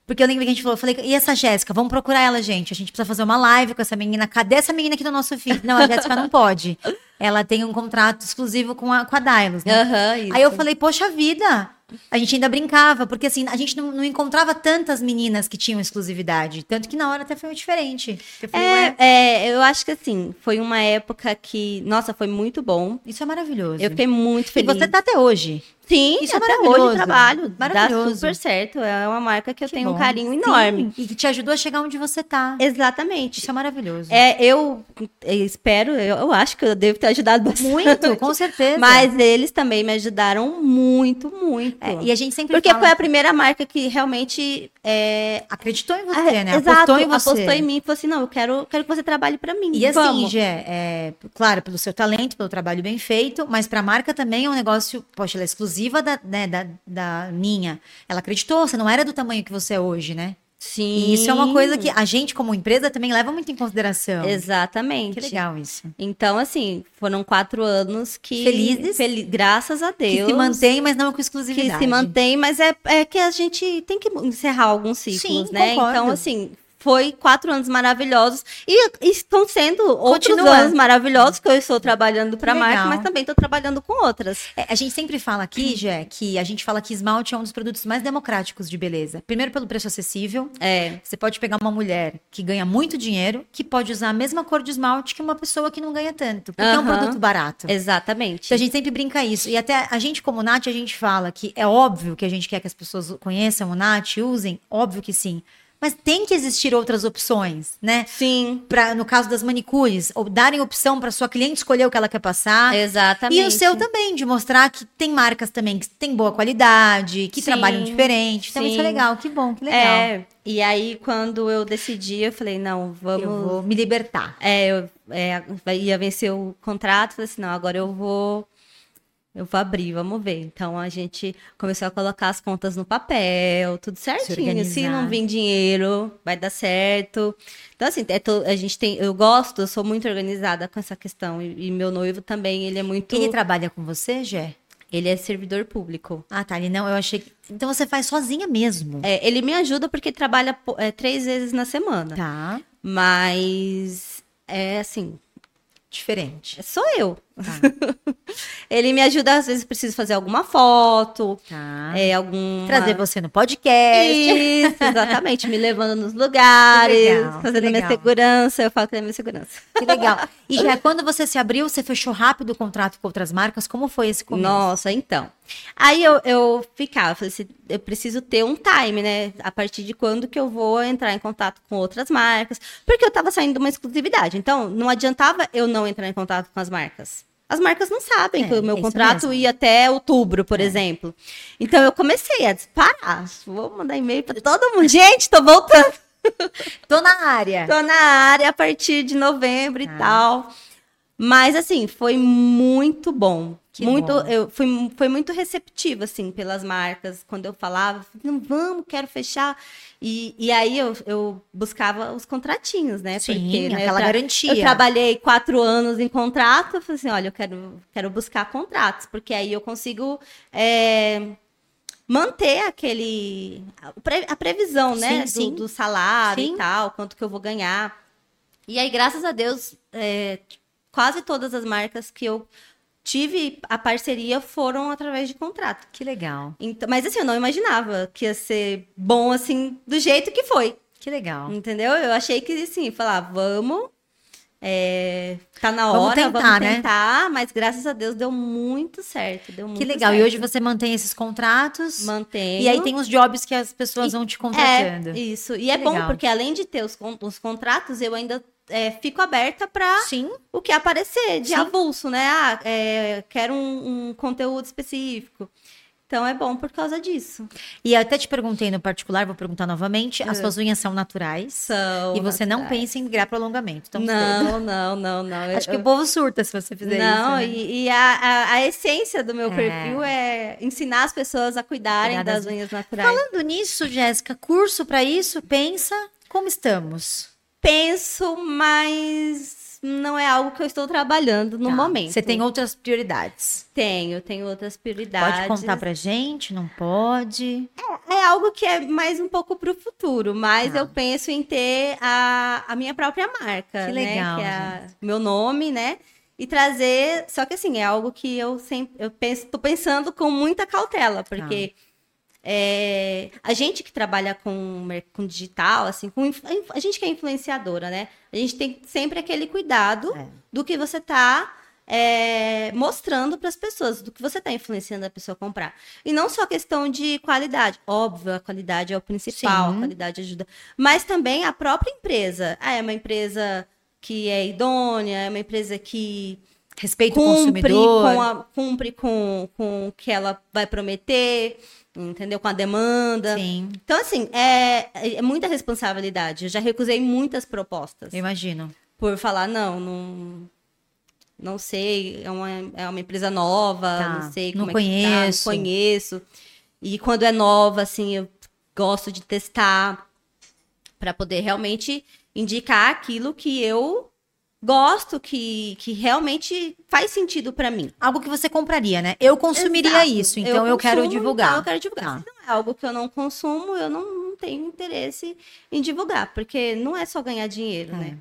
Porque eu lembro que a gente falou, eu falei, e essa Jéssica? Vamos procurar ela, gente. A gente precisa fazer uma live com essa menina. Cadê essa menina aqui no nosso feed? Não, a Jéssica não pode. Ela tem um contrato exclusivo com a, com a Dylos, né? Aham, isso. Aí eu falei, poxa vida, a gente ainda brincava, porque assim, a gente não, não encontrava tantas meninas que tinham exclusividade. Tanto que na hora até foi um diferente. Eu falei, ué, É, é, eu acho que assim, foi uma época que, nossa, foi muito bom. isso é maravilhoso. Eu fiquei muito e feliz. você tá até hoje. Sim, Isso é até maravilhoso. hoje eu trabalho. Maravilhoso. Dá super certo. É uma marca que eu Que tenho bom. um carinho Sim, enorme. E que te ajudou a chegar onde você tá. Exatamente. Isso é maravilhoso. É, eu espero, eu, eu acho que eu devo ter ajudado bastante. Muito, com certeza. Mas eles também me ajudaram muito, muito. É, e a gente sempre Porque fala- foi a primeira marca que realmente é, acreditou em você, né? exato, apostou em você. apostou em mim e falou assim: não, eu quero, quero que você trabalhe pra mim. E assim, vamos. Gé, é, claro, pelo seu talento, pelo trabalho bem feito, mas para a marca também é um negócio, poxa, ela é exclusiva da, né, da, da minha. Ela acreditou, você não era do tamanho que você é hoje, né? Sim. E isso é uma coisa que a gente, como empresa, também leva muito em consideração. Exatamente. Que legal isso. Então, assim, foram quatro anos que. Felizes. Fel- graças a Que Deus. se mantém, mas não com que exclusividade. se mantém, mas é, é que a gente tem que encerrar alguns ciclos, Sim, né? concordo. Então, assim. Foi quatro anos maravilhosos e estão sendo outros Continua. anos maravilhosos que eu estou trabalhando para a Que marca, legal. mas também estou trabalhando com outras. É, a gente sempre fala aqui, Gé, que a gente fala que esmalte é um dos produtos mais democráticos de beleza. Primeiro pelo preço acessível. É, Você pode pegar uma mulher que ganha muito dinheiro, que pode usar a mesma cor de esmalte que uma pessoa que não ganha tanto, porque é um Aham. produto barato. exatamente. Então a gente sempre brinca isso. E até a gente, como Nath, a gente fala que é óbvio que a gente quer que as pessoas conheçam o Nath, usem, óbvio que sim. Mas tem que existir outras opções, né? Sim, Pra, no caso das manicures, ou darem opção para sua cliente escolher o que ela quer passar. exatamente. E o seu também, de mostrar que tem marcas também que têm boa qualidade, que Sim. trabalham diferente. Então isso é Sim. legal, que bom, que legal. É, e aí quando eu decidi, eu falei, não, vamos Eu vou me libertar. É, eu é, vai- ia vencer o contrato, falei assim, não, agora eu vou, eu vou abrir, vamos ver. Então a gente começou a colocar as contas no papel, tudo certinho. Se, organizar. não vir dinheiro, vai dar certo. Então assim, é to- a gente tem, eu gosto, eu sou muito organizada com essa questão e, e meu noivo também, ele é muito, Ele ele, trabalha com você, Gé? é servidor público. Ah, tá. Ele não, eu achei que. Então você faz sozinha mesmo. É, ele me ajuda porque trabalha po- é, três vezes na semana, Tá. mas é assim, Diferente. sou eu. Tá. Ele me ajuda, às vezes preciso fazer alguma foto, Tá. é, algum. Trazer você no podcast. Isso, exatamente, me levando nos lugares, Que legal, fazendo que a minha legal. segurança, eu falo que é a minha segurança. Que legal. E já quando você se abriu, você fechou rápido o contrato com outras marcas? Como foi esse começo? Nossa, então. Aí eu, eu ficava, eu falei assim, eu preciso ter um time, né? A partir de quando que eu vou entrar em contato com outras marcas? Porque eu tava saindo de uma exclusividade. Então, não adiantava eu não entrar em contato com as marcas. As marcas não sabem É, que o meu é isso contrato mesmo. É. ia até outubro, por exemplo. Então eu comecei a disparar. Vou mandar e-mail pra todo mundo. Gente, tô voltando. Tô na área. Tô na área a partir de novembro e Ah. tal. Mas assim, foi muito bom. Que muito, bom. eu fui, foi muito receptiva assim pelas marcas quando eu falava, não vamos, quero fechar. E, e aí eu, eu buscava os contratinhos, né? Sim, né, eu aquela tra- garantia. Eu trabalhei quatro anos em contrato, eu falei assim, olha, eu quero, quero buscar contratos, porque aí eu consigo é, manter aquele a pre- a previsão, Sim, né, do- sim. do, salário Sim. e tal, quanto que eu vou ganhar. E aí, graças a Deus, é, quase todas as marcas que eu tive a parceria foram através de contrato. Que legal. Então, mas assim, eu não imaginava que ia ser bom assim do jeito que foi, Que legal. entendeu? Eu achei que assim, falar, vamos, é, tá na Vamos hora, vamos tentar, tentar, né? mas graças a Deus deu muito certo, deu muito que legal. E certo. hoje você mantém esses contratos. mantenho. E aí tem os jobs que as pessoas vão te contratando. É, isso. E é bom, legal. porque além de ter os, con- os contratos, eu ainda é, fico aberta para Sim. o que aparecer de Sim. avulso, né? Ah, é, quero um, um conteúdo específico. Então é bom por causa disso. E até te perguntei no particular, vou perguntar novamente. As suas unhas É. são naturais. São E você não naturais. pensa em migrar para alongamento. Então, Então, Não, não, não, não. Acho que Eu- o povo surta se você fizer isso. Não, né? e, e a, a- a essência do meu É. perfil é ensinar as pessoas a cuidarem Cuidar das das unhas naturais. Falando nisso, Jéssica, curso para isso, pensa como estamos. Penso, mas não é algo que eu estou trabalhando no Tá. momento. Você tem outras prioridades. Tenho, tenho outras prioridades. Pode contar pra gente? Não pode? É algo que é mais um pouco pro futuro, mas Tá. eu penso em ter a, a minha própria marca, Que né? legal, que é a- meu nome, né? E trazer, só que assim, é algo que eu sempre, eu penso, tô pensando com muita cautela, Tá. porque é, a gente que trabalha com, mer- com digital, assim, com, inf- a gente que é influenciadora, né? A gente tem sempre aquele cuidado É. do que você tá é, mostrando para as pessoas, do que você tá influenciando a pessoa a comprar. E não só questão de qualidade. Óbvio, a qualidade é o principal, Sim. a qualidade ajuda. Mas também a própria empresa. Ah, é uma empresa que é idônea, é uma empresa que Respeito ao cumpre, consumidor. com, a- cumpre com, com o que ela vai prometer, entendeu? Com a demanda. Sim, Então, assim, é, é muita responsabilidade. Eu já recusei muitas propostas eu imagino. por falar, não, não, não sei, é uma, é uma empresa nova, Tá, não sei não como é que tá, conheço. não conheço. E quando é nova, assim, eu gosto de testar para poder realmente indicar aquilo que eu gosto, que, que realmente faz sentido para mim. Algo que você compraria, né? Eu consumiria Exato. isso, então eu, quero consumo, divulgar. então eu quero divulgar. Tá. Se não é algo que eu não consumo, eu não, não tenho interesse em divulgar, porque não é só ganhar dinheiro, É. né?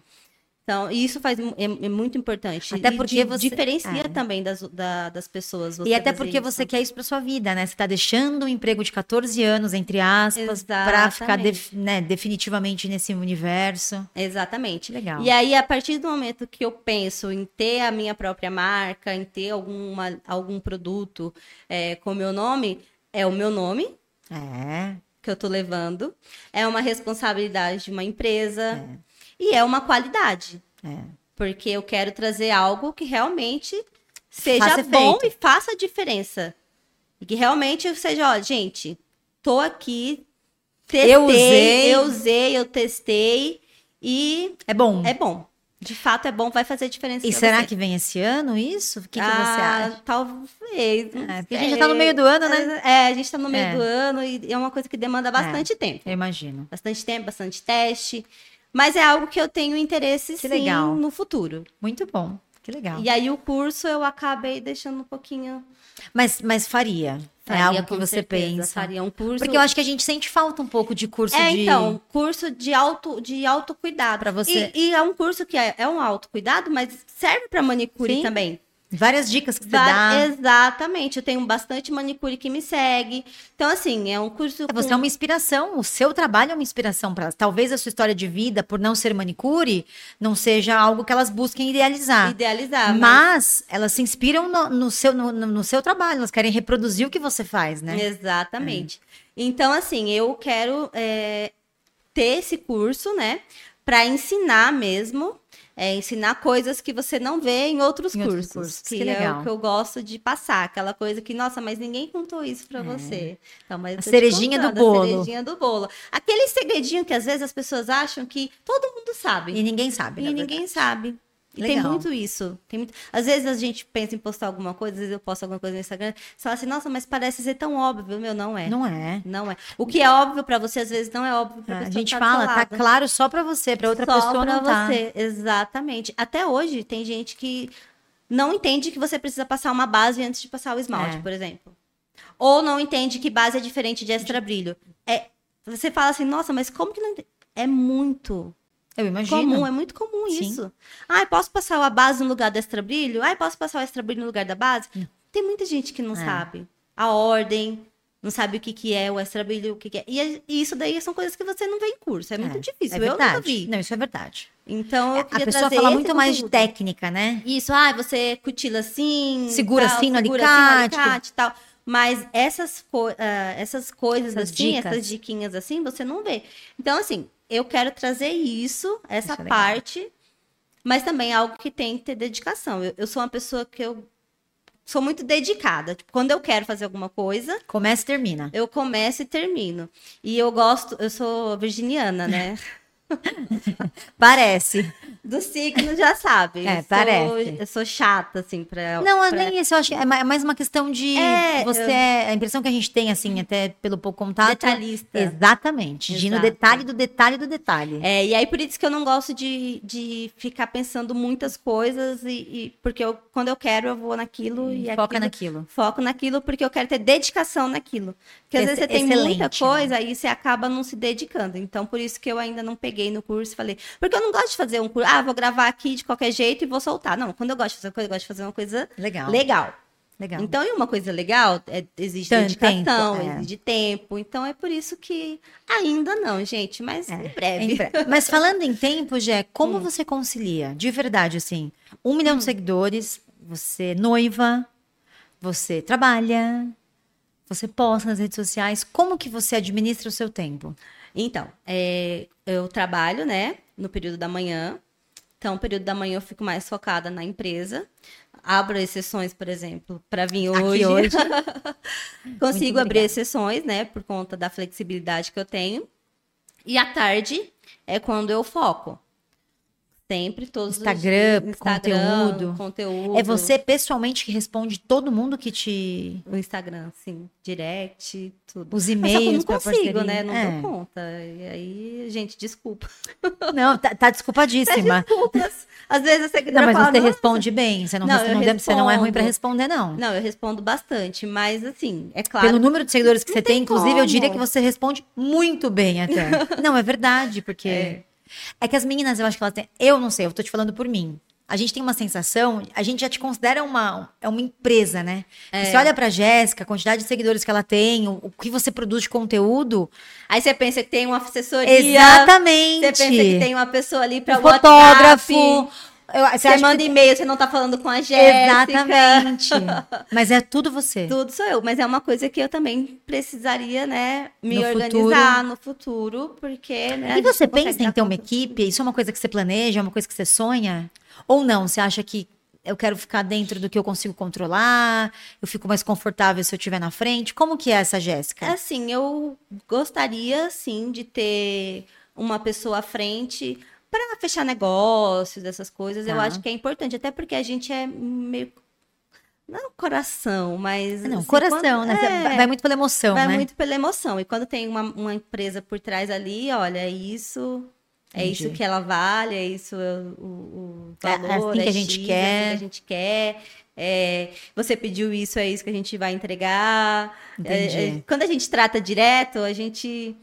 Então, e isso faz mu- é, é muito importante. Até E porque di- você- diferencia é. também das, da- das pessoas. E você até fazer porque você isso. quer isso pra sua vida, né? Você tá deixando um emprego de 14 anos, entre aspas, pra ficar Exatamente. def- né, definitivamente nesse universo. Exatamente. Que legal. E aí, a partir do momento que eu penso em ter a minha própria marca, em ter alguma, algum produto é, com o meu nome, é o meu nome, É. que eu tô levando, é uma responsabilidade de uma empresa e é uma qualidade. É. Porque eu quero trazer algo que realmente seja Faça bom efeito. e faça a diferença. E que realmente eu seja, ó, gente, tô aqui, testei, Eu usei. eu usei, eu testei e É bom. é bom. De fato é bom, vai fazer a diferença. E pra será você. que vem esse ano isso? O que, que você Ah, acha? Talvez. não É, porque a gente já tá no sei. meio do ano, né? É, a gente tá no meio É. do ano e é uma coisa que demanda bastante tempo Eu imagino. bastante tempo, bastante teste. Mas é algo que eu tenho interesse Que sim legal. no futuro. Muito bom. Que legal. E aí o curso eu acabei deixando um pouquinho. Mas, mas faria. É Faria, algo que com você certeza, pensa. Faria um curso. Porque eu acho que a gente sente falta um pouco de curso é, de. então, curso de auto de autocuidado Pra você- E, e é um curso que é, é um autocuidado, mas serve para manicure Sim. também. Várias dicas que você Va- dá. Exatamente, eu tenho bastante manicure que me segue. Então, assim, é um curso. Você com- é uma inspiração, o seu trabalho é uma inspiração para elas. Talvez a sua história de vida, por não ser manicure, não seja algo que elas busquem idealizar. né? idealizar. mas elas se inspiram no, no seu, no, no- no seu trabalho, elas querem reproduzir o que você faz, né? Exatamente. Então, assim, eu quero é, ter esse curso, né? Para ensinar mesmo, é, ensinar coisas que você não vê em outros Em outros cursos. cursos, Que, que é legal. o que eu gosto de passar, aquela coisa que, nossa, mas ninguém contou isso para você. Então, É. A mas eu tô te cerejinha do contando, bolo. A cerejinha do bolo. Aquele segredinho que às vezes as pessoas acham que todo mundo sabe. E ninguém sabe. na E ninguém sabe. E tem Legal. muito isso. Tem muito... Às vezes a gente pensa em postar alguma coisa, às vezes eu posto alguma coisa no Instagram, você fala assim, nossa, mas parece ser tão óbvio. Meu, não é. verdade. Não, Não é. é. O que é óbvio pra você, às vezes, não é óbvio pra A pessoa gente que tá do fala, seu tá lado. claro só para você, para outra Só pessoa pra não tá. você. Exatamente. Até hoje, tem gente que não entende que você precisa passar uma base antes de passar o esmalte, É. por exemplo. Ou não entende que base é diferente de extra brilho. É... Você fala assim, nossa, mas como que não entende? É muito Eu imagino. comum, é muito comum Sim. isso. Ai, posso passar a base no lugar do extra brilho? Ai, posso passar o extra brilho no lugar da base? Tem muita gente que não Hum. É. sabe a ordem, não sabe o que, que é o extra brilho, o que, que é. E, é- e isso daí são coisas que você não vê em curso, é muito É, difícil, é eu verdade. nunca vi. Não, isso é verdade. Então, eu A queria pessoa trazer fala esse muito mais de conteúdo. técnica, né? Isso, ah, você cutila assim, Segura assim no alicate. e tal. Mas essas, co- ah, essas coisas Essas assim, dicas. essas diquinhas assim, você não vê. Então, assim, eu quero trazer isso, essa Isso é legal. parte, mas também algo que tem que ter dedicação. Eu, eu sou uma pessoa que eu sou muito dedicada. Tipo, quando eu quero fazer alguma coisa, Começa e termina. eu começo e termino. E eu gosto, eu sou virginiana, né? Parece. Do signo já sabe. É, Eu sou- parece. Eu sou chata, assim, pra. Não, é pra nem isso. Eu acho que é ma- é mais uma questão de É, você. eu- é- A impressão que a gente tem, assim, até pelo pouco contato. detalhista. Exatamente. De ir no Exato. detalhe do detalhe do detalhe. É, e aí por isso que eu não gosto de, de ficar pensando muitas coisas e, e- porque eu, quando eu quero eu vou naquilo e Foca aquilo- naquilo. foco naquilo porque eu quero ter dedicação naquilo. Porque às Ex- vezes você tem excelente, né? muita coisa e você acaba não se dedicando. Então por isso que eu ainda não peguei no curso e falei, porque eu não gosto de fazer um curso, ah, vou gravar aqui de qualquer jeito e vou soltar. Não, quando eu gosto de fazer uma coisa, eu gosto de fazer uma coisa Legal. legal. Legal. Então, e uma coisa legal, é, exige Tem dedicação, tempo, é. exige tempo. Então, é por isso que ainda não, gente, mas É, em breve. Em breve. Mas falando em tempo, Jé, Hum. como você concilia? De verdade, assim, um milhão de seguidores, você é noiva, você trabalha, você posta nas redes sociais. Como que você administra o seu tempo? Então, é, eu trabalho, né, no período da manhã. Então, o período da manhã eu fico mais focada na empresa. Abro exceções, por exemplo, para vir Aqui hoje. hoje. Consigo Muito abrir obrigada. exceções, né, por conta da flexibilidade que eu tenho. E à tarde é quando eu foco. Sempre, todos Instagram, os dias. Instagram, conteúdo. conteúdo. É você pessoalmente que responde todo mundo que te. O Instagram, sim. Direct, tudo. Os Mas só que eu e-mails, não pra consigo, parceria. né? Não É. dou conta. E aí, gente, desculpa. Não, tá, tá desculpadíssima. Desculpas. Às vezes a Não, secretária mas fala, você "Não, responde bem. Você não, Não, eu responde- você não é ruim pra respondo. responder, não. Não, eu respondo bastante, mas assim, é claro. Pelo número de seguidores que Não você tem, tem inclusive, eu diria que como. você responde muito bem até. não, é verdade, porque. É. É. que as meninas, eu acho que elas têm. Eu não sei, eu tô te falando por mim. A gente tem uma sensação, a gente já te considera uma, é uma empresa, né? É. Você olha pra Jéssica, a quantidade de seguidores que ela tem, o, o que você produz de conteúdo. Aí você pensa que tem uma assessoria. Exatamente. Você pensa que tem uma pessoa ali pra um fotógrafo. Eu- você Você acha manda que... e-mail, você não tá falando com a Jéssica. Exatamente. Mas é tudo você. Tudo sou eu, mas é uma coisa que eu também precisaria, né, me No organizar no futuro, porque, né, a E gente você não consegue pensa em dar ter uma conta. equipe? Isso é uma coisa que você planeja, é uma coisa que você sonha? Ou não? Você acha que eu quero ficar dentro do que eu consigo controlar? Eu fico mais confortável se eu estiver na frente? Como que é essa Jéssica? Assim, eu gostaria, sim, de ter uma pessoa à frente para fechar negócios, essas coisas. Eu Tá. acho que é importante, até porque a gente é meio. Não coração, mas. É, Não, assim, coração, quando- né? É, Vai- Vai muito pela emoção, vai né? muito pela emoção. E quando tem uma, uma empresa por trás ali, olha, é isso. É isso Entendi. que ela vale, é isso é o, o É assim valor, que é a gente X, é assim quer. que a gente quer. é, você pediu isso, é isso que a gente vai entregar. É, Entendi. é, quando a gente trata direto, a gente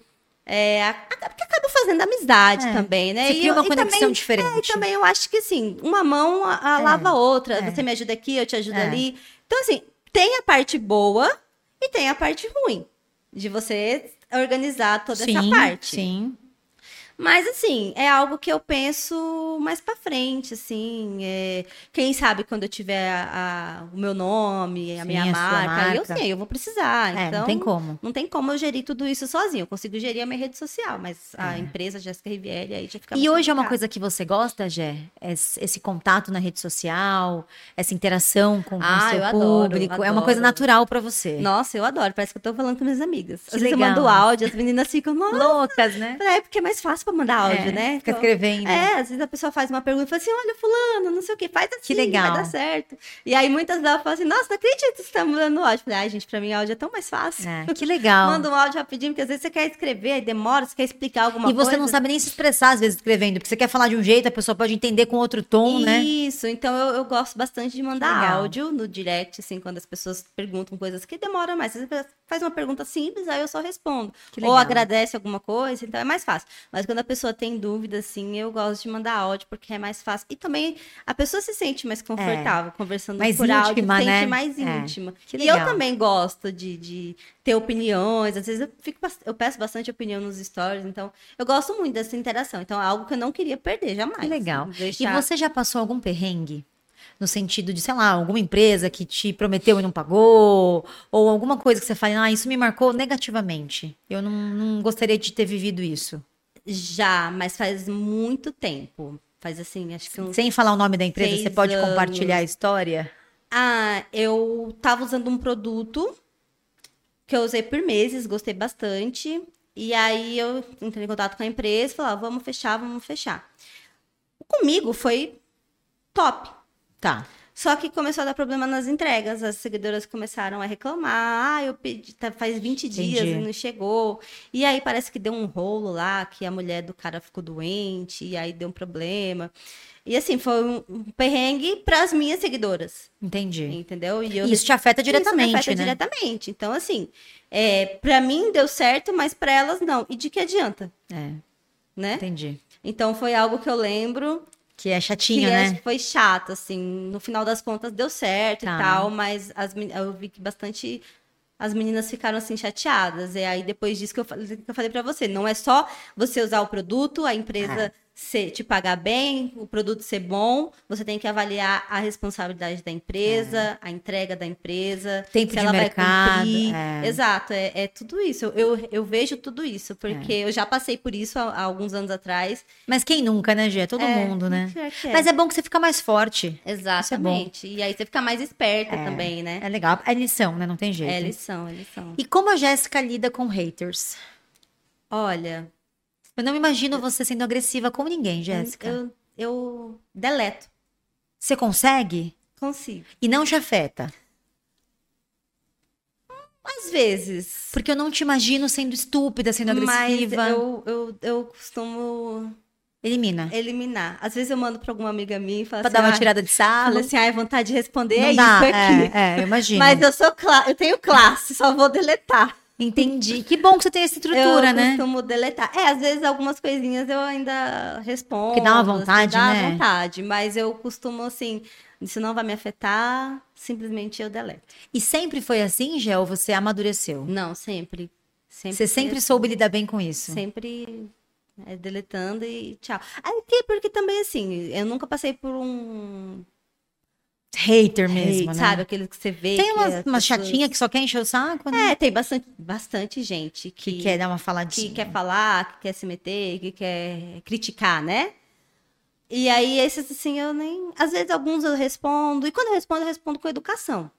é, a- a- porque acaba fazendo amizade É. também, né? Você E cria eu- uma e conexão também- diferente. É, e também eu acho que assim, uma mão a, a É, lava a outra. é. Você me ajuda aqui, eu te ajudo É. ali. Então, assim, tem a parte boa e tem a parte ruim de você organizar toda essa parte. Sim. Mas assim, é algo que eu penso mais pra frente, assim. é, Quem sabe quando eu tiver a- a- o meu nome, a Sim, minha a sua marca, aí eu marca. sei, eu vou precisar. É, então, não tem como. não tem como eu gerir tudo isso sozinho. Eu consigo gerir a minha rede social, mas a É. empresa Jéssica Rivieri aí já fica. E mais hoje é uma complicado. coisa que você gosta, Jé? Esse, esse contato na rede social, essa interação com Ah, o seu eu adoro, eu público. é uma coisa adoro. natural pra você. Nossa, eu adoro. Parece que eu tô falando com minhas amigas. Que Às vezes eu legal. mando áudio, as meninas ficam. "Nossa", Loucas, né? É porque é mais fácil pra mandar áudio, É, né? Fica Então, escrevendo. É, às vezes a pessoa faz uma pergunta e fala assim: olha, fulano, não sei o que, faz assim, legal. vai dar certo. E aí muitas delas falam assim: nossa, não acredito que você tá mudando áudio. Eu falei, ai, gente, pra mim áudio é tão mais fácil. É, que legal. Manda um áudio rapidinho, porque às vezes você quer escrever, aí demora, você quer explicar alguma e você coisa. não sabe nem se expressar, às vezes, escrevendo, porque você quer falar de um jeito, a pessoa pode entender com outro tom, né? Isso, então eu, eu gosto bastante de mandar Legal. áudio no direct, assim, quando as pessoas perguntam coisas que demoram mais. Às vezes faz uma pergunta simples, aí eu só respondo. Que Ou legal. agradece alguma coisa, então é mais fácil. Mas quando a pessoa tem dúvida, assim, eu gosto de mandar áudio, porque é mais fácil. E também a pessoa se sente mais confortável conversando É. Mais por áudio, íntima, se né? sente mais É. íntima. Que e eu legal. também gosto de, de ter opiniões, às vezes eu, fico, bas- eu peço bastante opinião nos stories, então eu gosto muito dessa interação. Então é algo que eu não queria perder jamais. Que legal. Deixar- E você já passou algum perrengue? No sentido de, sei lá, alguma empresa que te prometeu e não pagou, ou alguma coisa que você fala, ah, isso me marcou negativamente. Eu não, não gostaria de ter vivido isso. Já, mas faz muito tempo. Faz assim, acho que um. Sem falar o nome da empresa, Seis você pode anos. compartilhar a história? Ah, eu tava usando um produto que eu usei por meses, gostei bastante. E aí eu entrei em contato com a empresa, falei, "Ah, vamos fechar, vamos fechar. Comigo foi top. Tá. Só que começou a dar problema nas entregas. As seguidoras começaram a reclamar. Ah, eu pedi, tá, faz 20 dias e Entendi. não chegou. E aí parece que deu um rolo lá, que a mulher do cara ficou doente, e aí deu um problema. E assim, foi um, um perrengue para as minhas seguidoras, Entendi. entendeu? E eu Isso te afeta diretamente, isso me afeta né? diretamente. Então, assim, é, para mim deu certo, mas para elas não. E de que adianta, É, né? entendi. Então foi algo que eu lembro Que é chatinho, que né? acho que foi chato, assim. No final das contas deu certo Tá. e tal, mas as, men- eu vi que bastante. As meninas ficaram assim chateadas. E aí, depois disso que eu, fa- que eu falei pra você, não é só você usar o produto, a empresa É. ser- te pagar bem, o produto ser bom, você tem que avaliar a responsabilidade da empresa, a entrega da empresa, É. Tempo se de ela vai mercado, cumprir. é. Exato, é, é tudo isso. Eu, eu, eu vejo tudo isso, porque É. eu já passei por isso há, há alguns anos atrás. Mas quem nunca, né, Gê? Todo É, mundo, né? pior que é. Mas é bom que você fica mais forte. né? Exatamente. e aí você fica mais esperta também, né? é É legal. É lição, né? Não tem É, jeito. lição, é lição. e como a Jéssica lida com haters? Olha, Eu não imagino você sendo agressiva com ninguém, Jéssica. eu, eu deleto, Você consegue? consigo. E não te afeta. Às vezes. Porque eu não te imagino sendo estúpida, sendo Mas agressiva. eu, eu, eu costumo Elimina. eliminar. Às vezes eu mando pra alguma amiga minha e falo Pra assim, dar uma ah, tirada de sarro. falo assim, ah, é vontade de responder, não é dá. isso aqui. É, é, eu imagino. Mas eu sou cla eu tenho classe, só vou deletar. Entendi. Que bom que você tem essa estrutura, eu né? costumo deletar. É, às vezes algumas coisinhas eu ainda respondo. Porque dá uma assim, vontade, dá né? vontade, mas eu costumo assim, isso não vai me afetar, simplesmente eu deleto. E sempre foi assim, Gé, ou você amadureceu? Não, sempre. sempre assim. Você sempre soube lidar bem com isso. Sempre é, deletando e tchau. Aí que porque também assim, eu nunca passei por um Hater mesmo, né? sabe, aquele que você vê Tem que umas, as umas pessoas- chatinha que só quer encher o saco, né? É, tem bastante bastante gente Que quer dar uma que faladinha. quer falar, que quer se meter, que quer criticar, né? E aí, esses assim, eu nem. Às vezes, alguns eu respondo, e quando eu respondo, eu respondo com educação.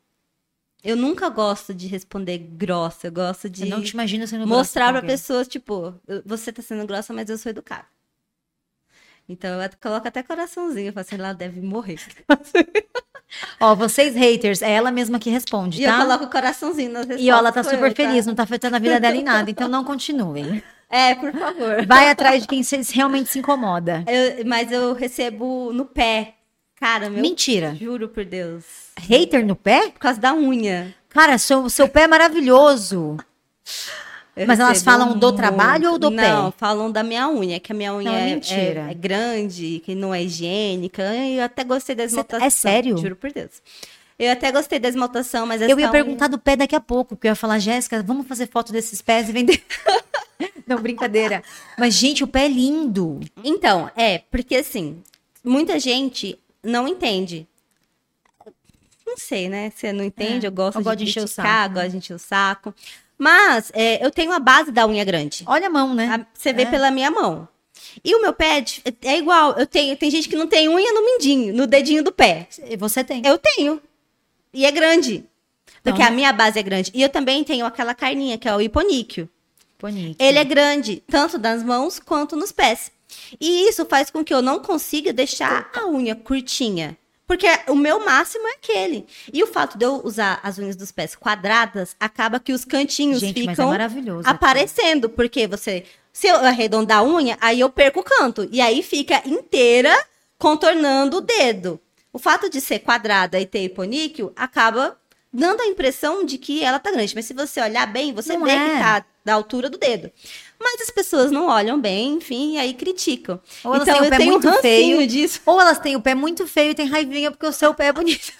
Eu nunca gosto de responder grossa, eu gosto de Eu não te imagino sendo grossa mostrar com pra alguém. pessoas, tipo, eu- você tá sendo grossa, mas eu sou educada. Então, eu coloco até coraçãozinho, eu falo assim, ela deve morrer. Ó, vocês haters, é ela mesma que responde, E eu tá? coloco o coraçãozinho nas respostas. E ó, ela tá sou super eu, feliz, não tá afetando a vida dela em nada, então não continuem. É, por favor. Vai atrás de quem se- realmente se incomoda. Eu- mas eu recebo no pé. Cara, meu Mentira. Juro por Deus. Hater no pé? Por causa da unha. Cara, seu, seu pé é maravilhoso. Eu Mas elas recebo falam do trabalho ou do não, pé? Não, falam da minha unha, que a minha unha Não, é, mentira. é- é grande, que não é higiênica. Ai, Eu até gostei da Você tá- é esmaltação. sério? Juro por Deus. Eu até gostei da esmaltação, mas Eu essa ia unha- perguntar do pé daqui a pouco, porque eu ia falar, Jéssica, vamos fazer foto desses pés e vender. Não, brincadeira. Mas, gente, o pé é lindo. Então, é, porque assim, muita gente não entende. Não sei, né? Você não entende, É, eu gosto eu de, gosto de encher o criticar, saco, gosto de encher o saco. Mas é, eu tenho a base da unha grande. Olha a mão, né? A- Você vê pela minha mão. E o meu pé é dif- é igual. Eu tenho, tem gente que não tem unha no mindinho, no dedinho do pé. Você tem. Eu tenho. E é grande. Porque Não. a minha base é grande. E eu também tenho aquela carninha, que é o hiponíqueo. Bonito. Ele é grande, tanto nas mãos quanto nos pés. E isso faz com que eu não consiga deixar a unha curtinha. Porque o meu máximo é aquele. E o fato de eu usar as unhas dos pés quadradas acaba que os cantinhos Gente, mas é ficam maravilhoso. aparecendo. Porque você. Se eu arredondar a unha, aí eu perco o canto. E aí fica inteira contornando o dedo. O fato de ser quadrada e ter hiponíqueo acaba dando a impressão de que ela tá grande. Mas se você olhar bem, você Não vê é. que tá da altura do dedo. Mas as pessoas não olham bem, enfim, e aí criticam. Ou elas então têm o eu pé tenho muito um rancinho feio. disso. Ou elas têm o pé muito feio e tem raivinha porque o seu pé é bonito.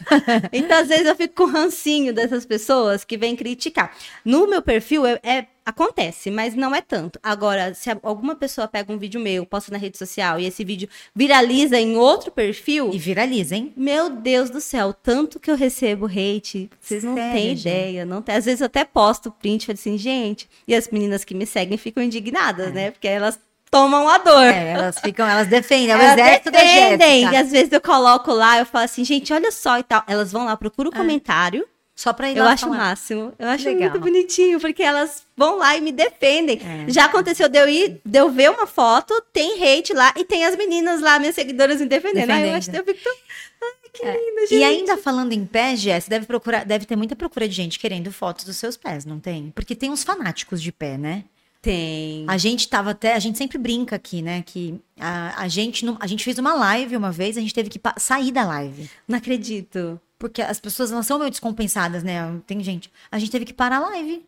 Então, às vezes, eu fico com rancinho dessas pessoas que vêm criticar. No meu perfil, é, é- acontece, mas não é tanto. Agora, se a- alguma pessoa pega um vídeo meu, posta na rede social e esse vídeo viraliza em outro perfil, E viraliza, hein? meu Deus do céu, tanto que eu recebo hate, vocês não Sério, têm gente? ideia. Não tem. Às vezes eu até posto print e falo assim, gente, e as meninas que me seguem ficam indignadas, né? Porque elas tomam a dor. É, elas ficam, elas defendem. É o Elas exército da defendem. E Jéssica. às vezes eu coloco lá, eu falo assim, gente, olha só e tal. Elas vão lá, procuram É. o comentário. Só pra ir Eu lá acho o falar. máximo. Eu acho legal. muito bonitinho, porque elas vão lá e me defendem. É. Já aconteceu de eu ir, de eu ver uma foto, tem hate lá e tem as meninas lá, minhas seguidoras me defendendo. Aí eu acho Defendendo. eu fico tão... Ai, que lindo, gente. E ainda falando em pé, Jess, deve procurar, deve ter muita procura de gente querendo fotos dos seus pés, não tem? Porque tem uns fanáticos de pé, né? Tem. A gente tava até, a gente sempre brinca aqui, né? Que a, a gente não, a gente fez uma live uma vez, a gente teve que pa- sair da live. Não acredito. Porque as pessoas elas são meio descompensadas, né? Tem gente. A gente teve que parar a live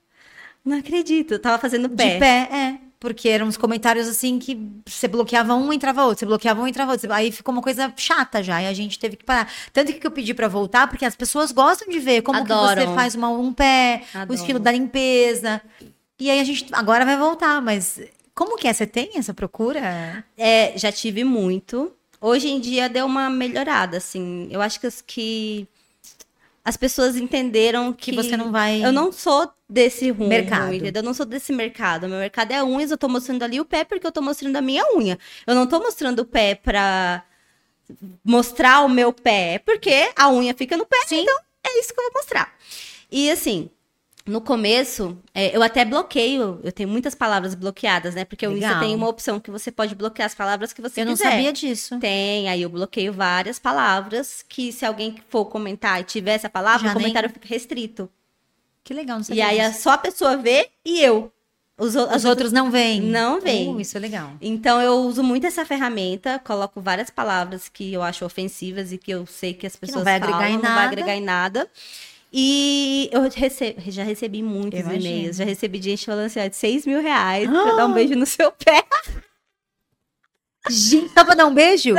Não acredito. Eu tava fazendo pé. de pé, é. Porque eram uns comentários assim que você bloqueava um, entrava outro, você bloqueava um, entrava outro. Aí ficou uma coisa chata já, e a gente teve que parar. Tanto que eu pedi pra voltar, porque as pessoas gostam de ver como que você Adoram. faz uma, um pé, o Adoram. estilo da limpeza. E aí a gente agora vai voltar, mas como que é? Você tem essa procura? É, já tive muito. Hoje em dia deu uma melhorada, assim. Eu acho que as, que as pessoas entenderam Que, que, você não vai. Eu não sou desse rumo, Mercado. entendeu? Eu não sou desse mercado. Meu mercado é unhas, eu tô mostrando ali o pé porque eu tô mostrando a minha unha. Eu não tô mostrando o pé pra mostrar o meu pé, é porque a unha fica no pé, então é isso que eu vou mostrar. E assim, no começo, é, eu até bloqueio, eu tenho muitas palavras bloqueadas, né? Porque o Insta Legal. tem uma opção que você pode bloquear as palavras que você Eu não quiser. sabia disso. Tem, aí eu bloqueio várias palavras que se alguém for comentar e tiver essa palavra, Já nem- o comentário fica restrito. Que legal, não sabia. E aí é disso. só a pessoa vê e eu. Os, o- os as outros não vêm. Não vêm. Uh, isso é legal. Então eu uso muito essa ferramenta, coloco várias palavras que eu acho ofensivas e que eu sei que as não pessoas vai agregar falam, em não nada. vai agregar em nada. E eu rece- já recebi muitos Eu imagino. Ah! e-mails, já recebi gente falando assim, ó, de 6 mil reais pra dar um beijo no seu pé, Gente, dá pra dar um beijo?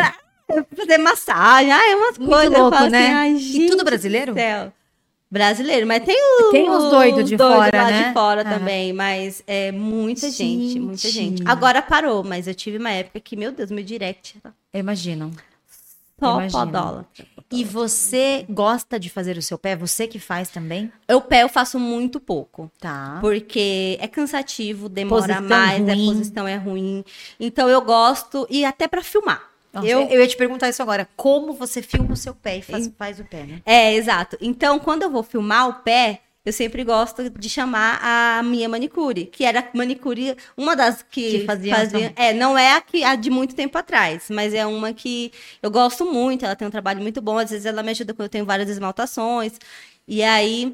fazer massagem, ai, é umas Muito coisas. eu louco, falo né? assim, ai, E gente tudo do brasileiro? céu. Brasileiro, mas tem os, Tem uns doidos de fora, lá né? de fora Aham. também, mas é muita gente, muita Gente. gente. Agora parou, mas eu tive uma época que, meu Deus, meu direct era Eu imagino. só Imagino. podóla. E você gosta de fazer o seu pé? É Você que faz também? Eu pé eu faço muito pouco, Tá. porque é cansativo, demora Posição mais, a ruim. posição é ruim. Então eu gosto e até pra filmar. Nossa, eu eu... eu ia te perguntar isso agora. Como você filma o seu pé e faz, faz o pé, né? É, exato. Então, quando eu vou filmar o pé, eu sempre gosto de chamar a minha manicure, que era a manicure, uma das que, Que faziam fazia, É, não é a, que, a de muito tempo atrás, mas é uma que eu gosto muito, ela tem um trabalho muito bom, às vezes ela me ajuda quando eu tenho várias esmaltações, e aí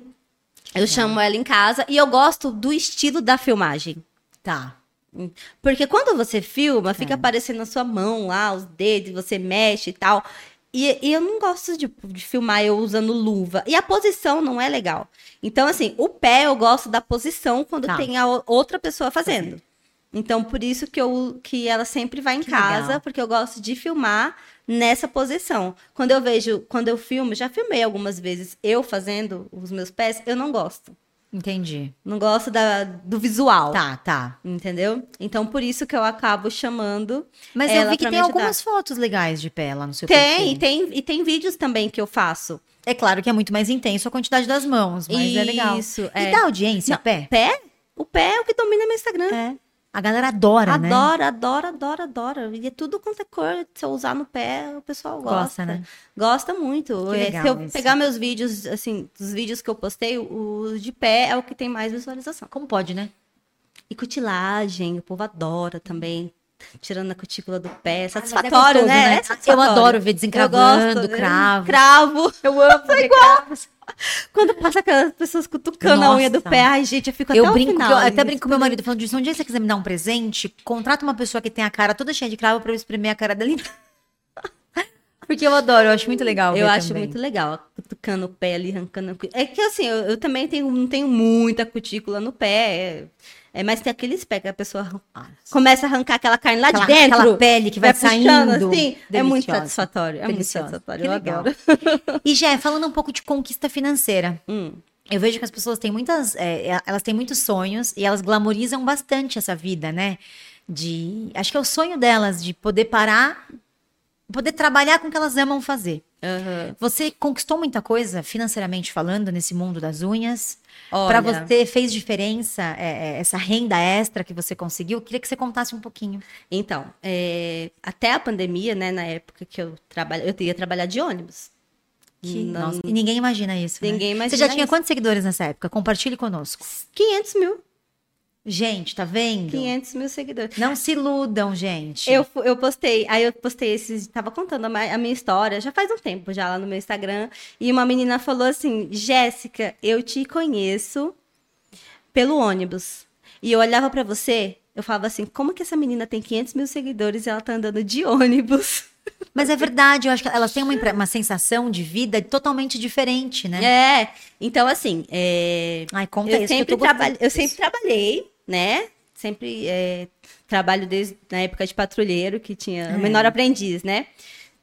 eu chamo ela em casa, e eu gosto do estilo da filmagem. Tá. É. Porque quando você filma, fica aparecendo a sua mão lá, os dedos, você mexe e tal. E, e eu não gosto de, de filmar eu usando luva. E a posição não é legal. Então, assim, o pé eu gosto da posição quando Tá. tem a o- outra pessoa fazendo. Então, por isso que, eu, que ela sempre vai em Que casa, legal. porque eu gosto de filmar nessa posição. Quando eu vejo, quando eu filmo, já filmei algumas vezes eu fazendo os meus pés, eu não gosto. Entendi. Não gosto da, do visual. Tá, tá. Entendeu? Então, por isso que eu acabo chamando. Mas eu ela vi que pra tem me ajudar. algumas fotos legais de pé lá no seu Tem, perfil. tem, e tem vídeos também que eu faço. É claro que é muito mais intenso a quantidade das mãos, mas é legal. Isso, E é. dá audiência Não, pé? Pé? O pé é o que domina meu Instagram. É. A galera adora, né? Adora, adora, adora, adora. E é tudo quanto é cor. Se eu usar no pé, o pessoal gosta. Gosta, né? Gosta muito. Que É, legal se eu isso. pegar meus vídeos, assim, dos vídeos que eu postei, o de pé é o que tem mais visualização. Como pode, né? E cutilagem, o povo adora também. Tirando a cutícula do pé. mas é Satisfatório, gostoso, né? É né? Eu satisfatório. adoro ver Eu desencravando, gosto, né? cravo. Cravo. Eu amo ver cravos. Quando passa aquelas pessoas cutucando a unha do Nossa. pé, ai, gente, eu fico Eu até brinco, o que final. eu até nisso. brinco com meu marido, falando disso, um dia se você quiser me dar um presente, contrata uma pessoa que tem a cara toda cheia de cravo pra eu espremer a cara dela. inteira. Porque eu adoro, eu acho muito legal Eu ver acho também. muito legal, cutucando o pé ali, arrancando. a cu- É que assim, eu, eu também tenho, não tenho muita cutícula no pé. É, é, mas tem aqueles pés que a pessoa arran- Ah, começa a arrancar aquela carne lá aquela, de dentro. aquela pele que vai, puxando, saindo. assim. É muito Deliciosa. satisfatório. É muito Deliciosa. satisfatório. Que eu legal. adoro. E já falando um pouco de conquista financeira, Hum. eu vejo que as pessoas têm muitas, é, é, elas têm muitos sonhos e elas glamorizam bastante essa vida, né? De, acho que é o sonho delas de poder parar, poder trabalhar com o que elas amam fazer. Aham. Você conquistou muita coisa financeiramente falando nesse mundo das unhas. Pra Olha, você fez diferença é, é, essa renda extra que você conseguiu? Queria que você contasse um pouquinho. Então, é, até a pandemia, né, na época que eu trabalho, eu ia trabalhar de ônibus. Que, Não- Hum, nossa, e ninguém imagina isso. né? Ninguém Você já imagina tinha isso. quantos seguidores nessa época? Compartilhe conosco. 500 mil, Gente, tá vendo? 500 mil seguidores. Não se iludam, gente. é? Eu, fu- eu postei, aí eu postei esses, tava contando a, ma- a minha história, já faz um tempo já lá no meu Instagram, e uma menina falou assim: "Jéssica, eu te conheço pelo ônibus". E eu olhava pra você, eu falava assim: "Como que essa menina tem 500 mil seguidores e ela tá andando de ônibus?". Mas é verdade, eu acho que elas têm uma, impre- uma sensação de vida totalmente diferente, né? É. Então assim, é, Ai, conta eu isso. que sempre, eu, tô gostando trabalhei, eu disso. sempre trabalhei, né? Sempre é, trabalho desde na época de patrulheiro, que tinha o É. menor aprendiz, né?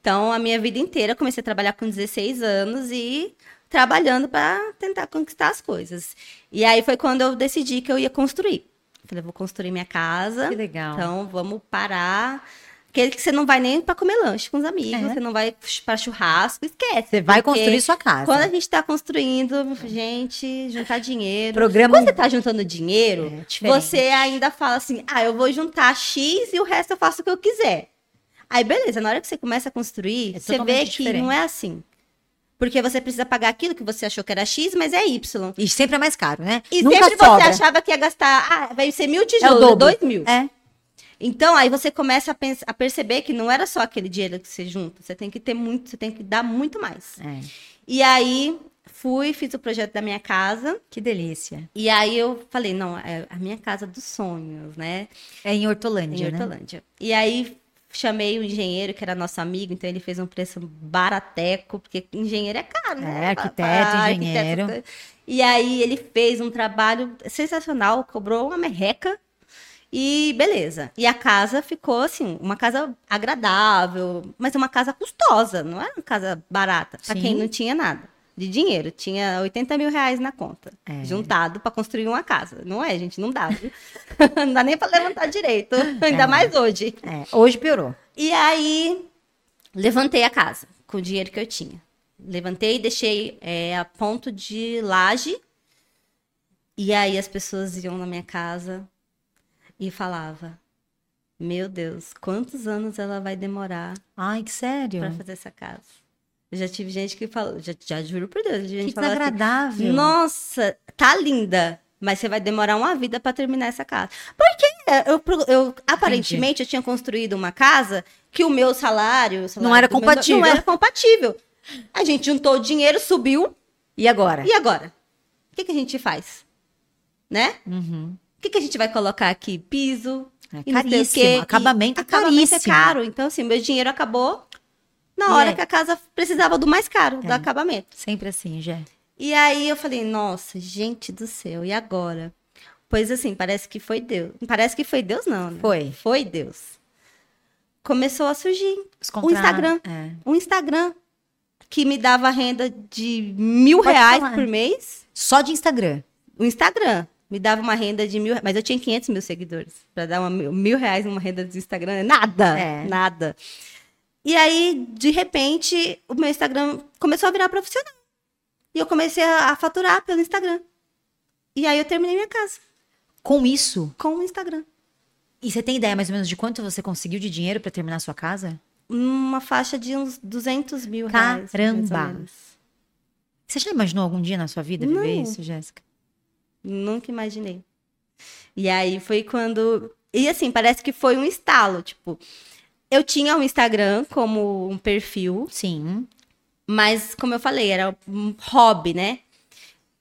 Então, a minha vida inteira, eu comecei a trabalhar com 16 anos e trabalhando para tentar conquistar as coisas. E aí foi quando eu decidi que eu ia construir. Falei, eu vou construir minha casa. Que legal. Então, vamos parar. Aquele que você não vai nem para comer lanche com os amigos, É. você não vai para churrasco, esquece. você vai porque construir sua casa. Quando a gente tá construindo, gente, juntar dinheiro. Programa Quando você tá juntando dinheiro, É, diferente. você ainda fala assim: ah, eu vou juntar X e o resto eu faço o que eu quiser. Aí, beleza, na hora que você começa a construir, É você vê totalmente que diferente. não é assim. Porque você precisa pagar aquilo que você achou que era X, mas é Y. E sempre é mais caro, né? E Nunca sempre sobra. É você achava que ia gastar, ah, vai ser mil tijolos, dobro. dois mil. É. Então, aí você começa a, pens- a perceber que não era só aquele dinheiro que você junta. Você tem que ter muito, você tem que dar muito mais. É. E aí, fui, fiz o projeto da minha casa. Que delícia. E aí eu falei, não, é a minha casa dos sonhos, né? É em Hortolândia, Em né? Hortolândia. E aí chamei o engenheiro, que era nosso amigo, então ele fez um preço barateco, porque engenheiro é caro, né? É, arquiteto, Pra- pra engenheiro. arquiteto. E aí ele fez um trabalho sensacional, cobrou uma merreca. E beleza. E a casa ficou assim, uma casa agradável, mas uma casa custosa, não era uma casa barata, para Sim. quem não tinha nada de dinheiro. Tinha 80 mil reais na conta, É. juntado para construir uma casa. Não é, gente, não dá. viu? não dá nem para levantar direito, ainda mais hoje. É. Hoje piorou. E aí, levantei a casa com o dinheiro que eu tinha. Levantei e deixei é, a ponto de laje. E aí as pessoas iam na minha casa e falava: Meu Deus, quantos anos ela vai demorar Ai, que sério. para fazer essa casa? Eu já tive gente que falou, já, já juro por Deus, já tive Que gente que falava assim, desagradável. nossa, tá linda. Mas você vai demorar uma vida pra terminar essa casa. Porque eu, pro- eu- aparentemente eu tinha construído uma casa que o meu salário, o salário Não era do meu- compatível. não era compatível. A gente juntou o dinheiro, subiu E agora? e agora? O que, que a gente faz? Né? Uhum. O que, que a gente vai colocar aqui? Piso. É e não sei o caríssimo. quê, e Acabamento é acabamento é caríssimo. caro. Então assim, meu dinheiro acabou. na E hora aí? que a casa precisava do mais caro, do É. acabamento. Sempre assim, Jé. E aí eu falei, nossa, gente do céu, e agora? Pois assim, parece que foi Deus. Parece que foi Deus, não, né? Foi. Foi Deus. Começou a surgir Os O Instagram. É. um Instagram que me dava renda de mil Pode reais falar. por mês. Só de Instagram. O Instagram me dava uma renda de mil, mas eu tinha 500 mil seguidores. Pra dar uma, mil mil reais numa renda do Instagram, é nada, É. nada. E aí, de repente, o meu Instagram começou a virar profissional. E eu comecei a, a faturar pelo Instagram. E aí eu terminei minha casa Com isso, com o Instagram. e você tem ideia mais ou menos de quanto você conseguiu de dinheiro pra terminar a sua casa? Uma faixa de uns 200 mil reais. mais ou Caramba! menos. Você já imaginou algum dia na sua vida viver Não. isso, Jéssica? Nunca imaginei. E aí foi quando. E assim, parece que foi um estalo. Tipo, eu tinha um Instagram como um perfil, Sim. mas como eu falei, era um hobby, né?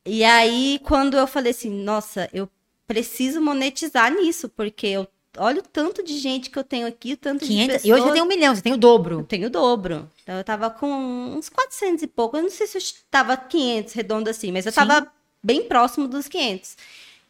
E aí, quando eu falei assim, nossa, eu preciso monetizar nisso, porque eu olha o tanto de gente que eu tenho aqui, o tanto de 500, e pessoas. hoje você tem um milhão, você tem o Eu dobro. tenho o dobro. Então eu tava com uns 400 e pouco. Eu não sei se eu tava 500, redondo assim, mas eu Sim. tava bem próximo dos 500.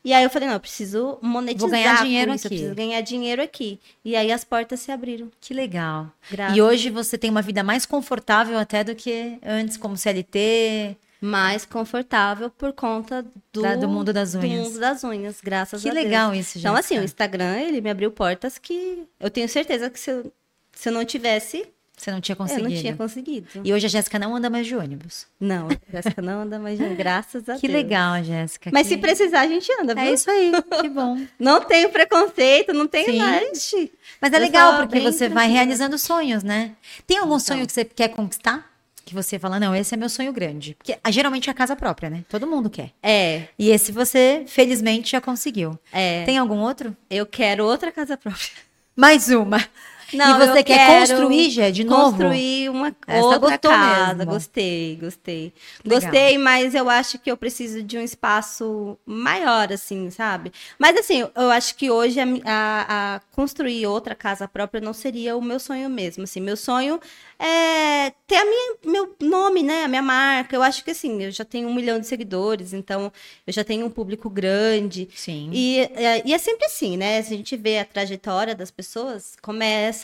E aí eu falei, não, eu preciso monetizar ganhar com dinheiro isso, eu aqui. preciso ganhar dinheiro aqui. E aí as portas se abriram. Que legal. Graças. E hoje você tem uma vida mais confortável até do que antes, como CLT, Mais confortável por conta do, da- do mundo das do unhas. mundo das unhas, graças Que a Deus. legal isso, Então, assim, o Jéssica. Instagram, ele me abriu portas que eu tenho certeza que se eu, se eu não tivesse, Você não tinha eu conseguido. não tinha conseguido. E hoje a Jéssica não anda mais de ônibus. Não, Jéssica não anda mais, graças a Deus. Que legal, Jéssica. Mas que- se precisar, a gente anda, É viu? isso aí, que bom. Não tem preconceito, não tem Sim. nada. Ixi. Mas é Eu legal, sou porque bem você vai tranquila. realizando sonhos, né? Tem algum Então. sonho que você quer conquistar? Que você fala, não, esse é meu sonho grande. Porque ah, geralmente é a casa própria, né? Todo mundo quer. É, E esse você, felizmente, já conseguiu. é. Tem algum outro? Eu quero outra casa própria. Mais uma. Não, e você quer eu quero construir, Jé, É, de novo? Construir uma Essa outra gostou casa. mesmo. Gostei, gostei. Legal. Gostei, mas eu acho que eu preciso de um espaço maior, assim, sabe? Mas assim, eu- eu acho que hoje a, mi- a- a construir outra casa própria não seria o meu sonho mesmo. Assim, meu sonho é ter a minha, meu nome, né? A minha marca. Eu acho que assim, eu já tenho um milhão de seguidores, então eu já tenho um público grande. Sim. E é, e é sempre assim, né? A gente vê a trajetória das pessoas, começa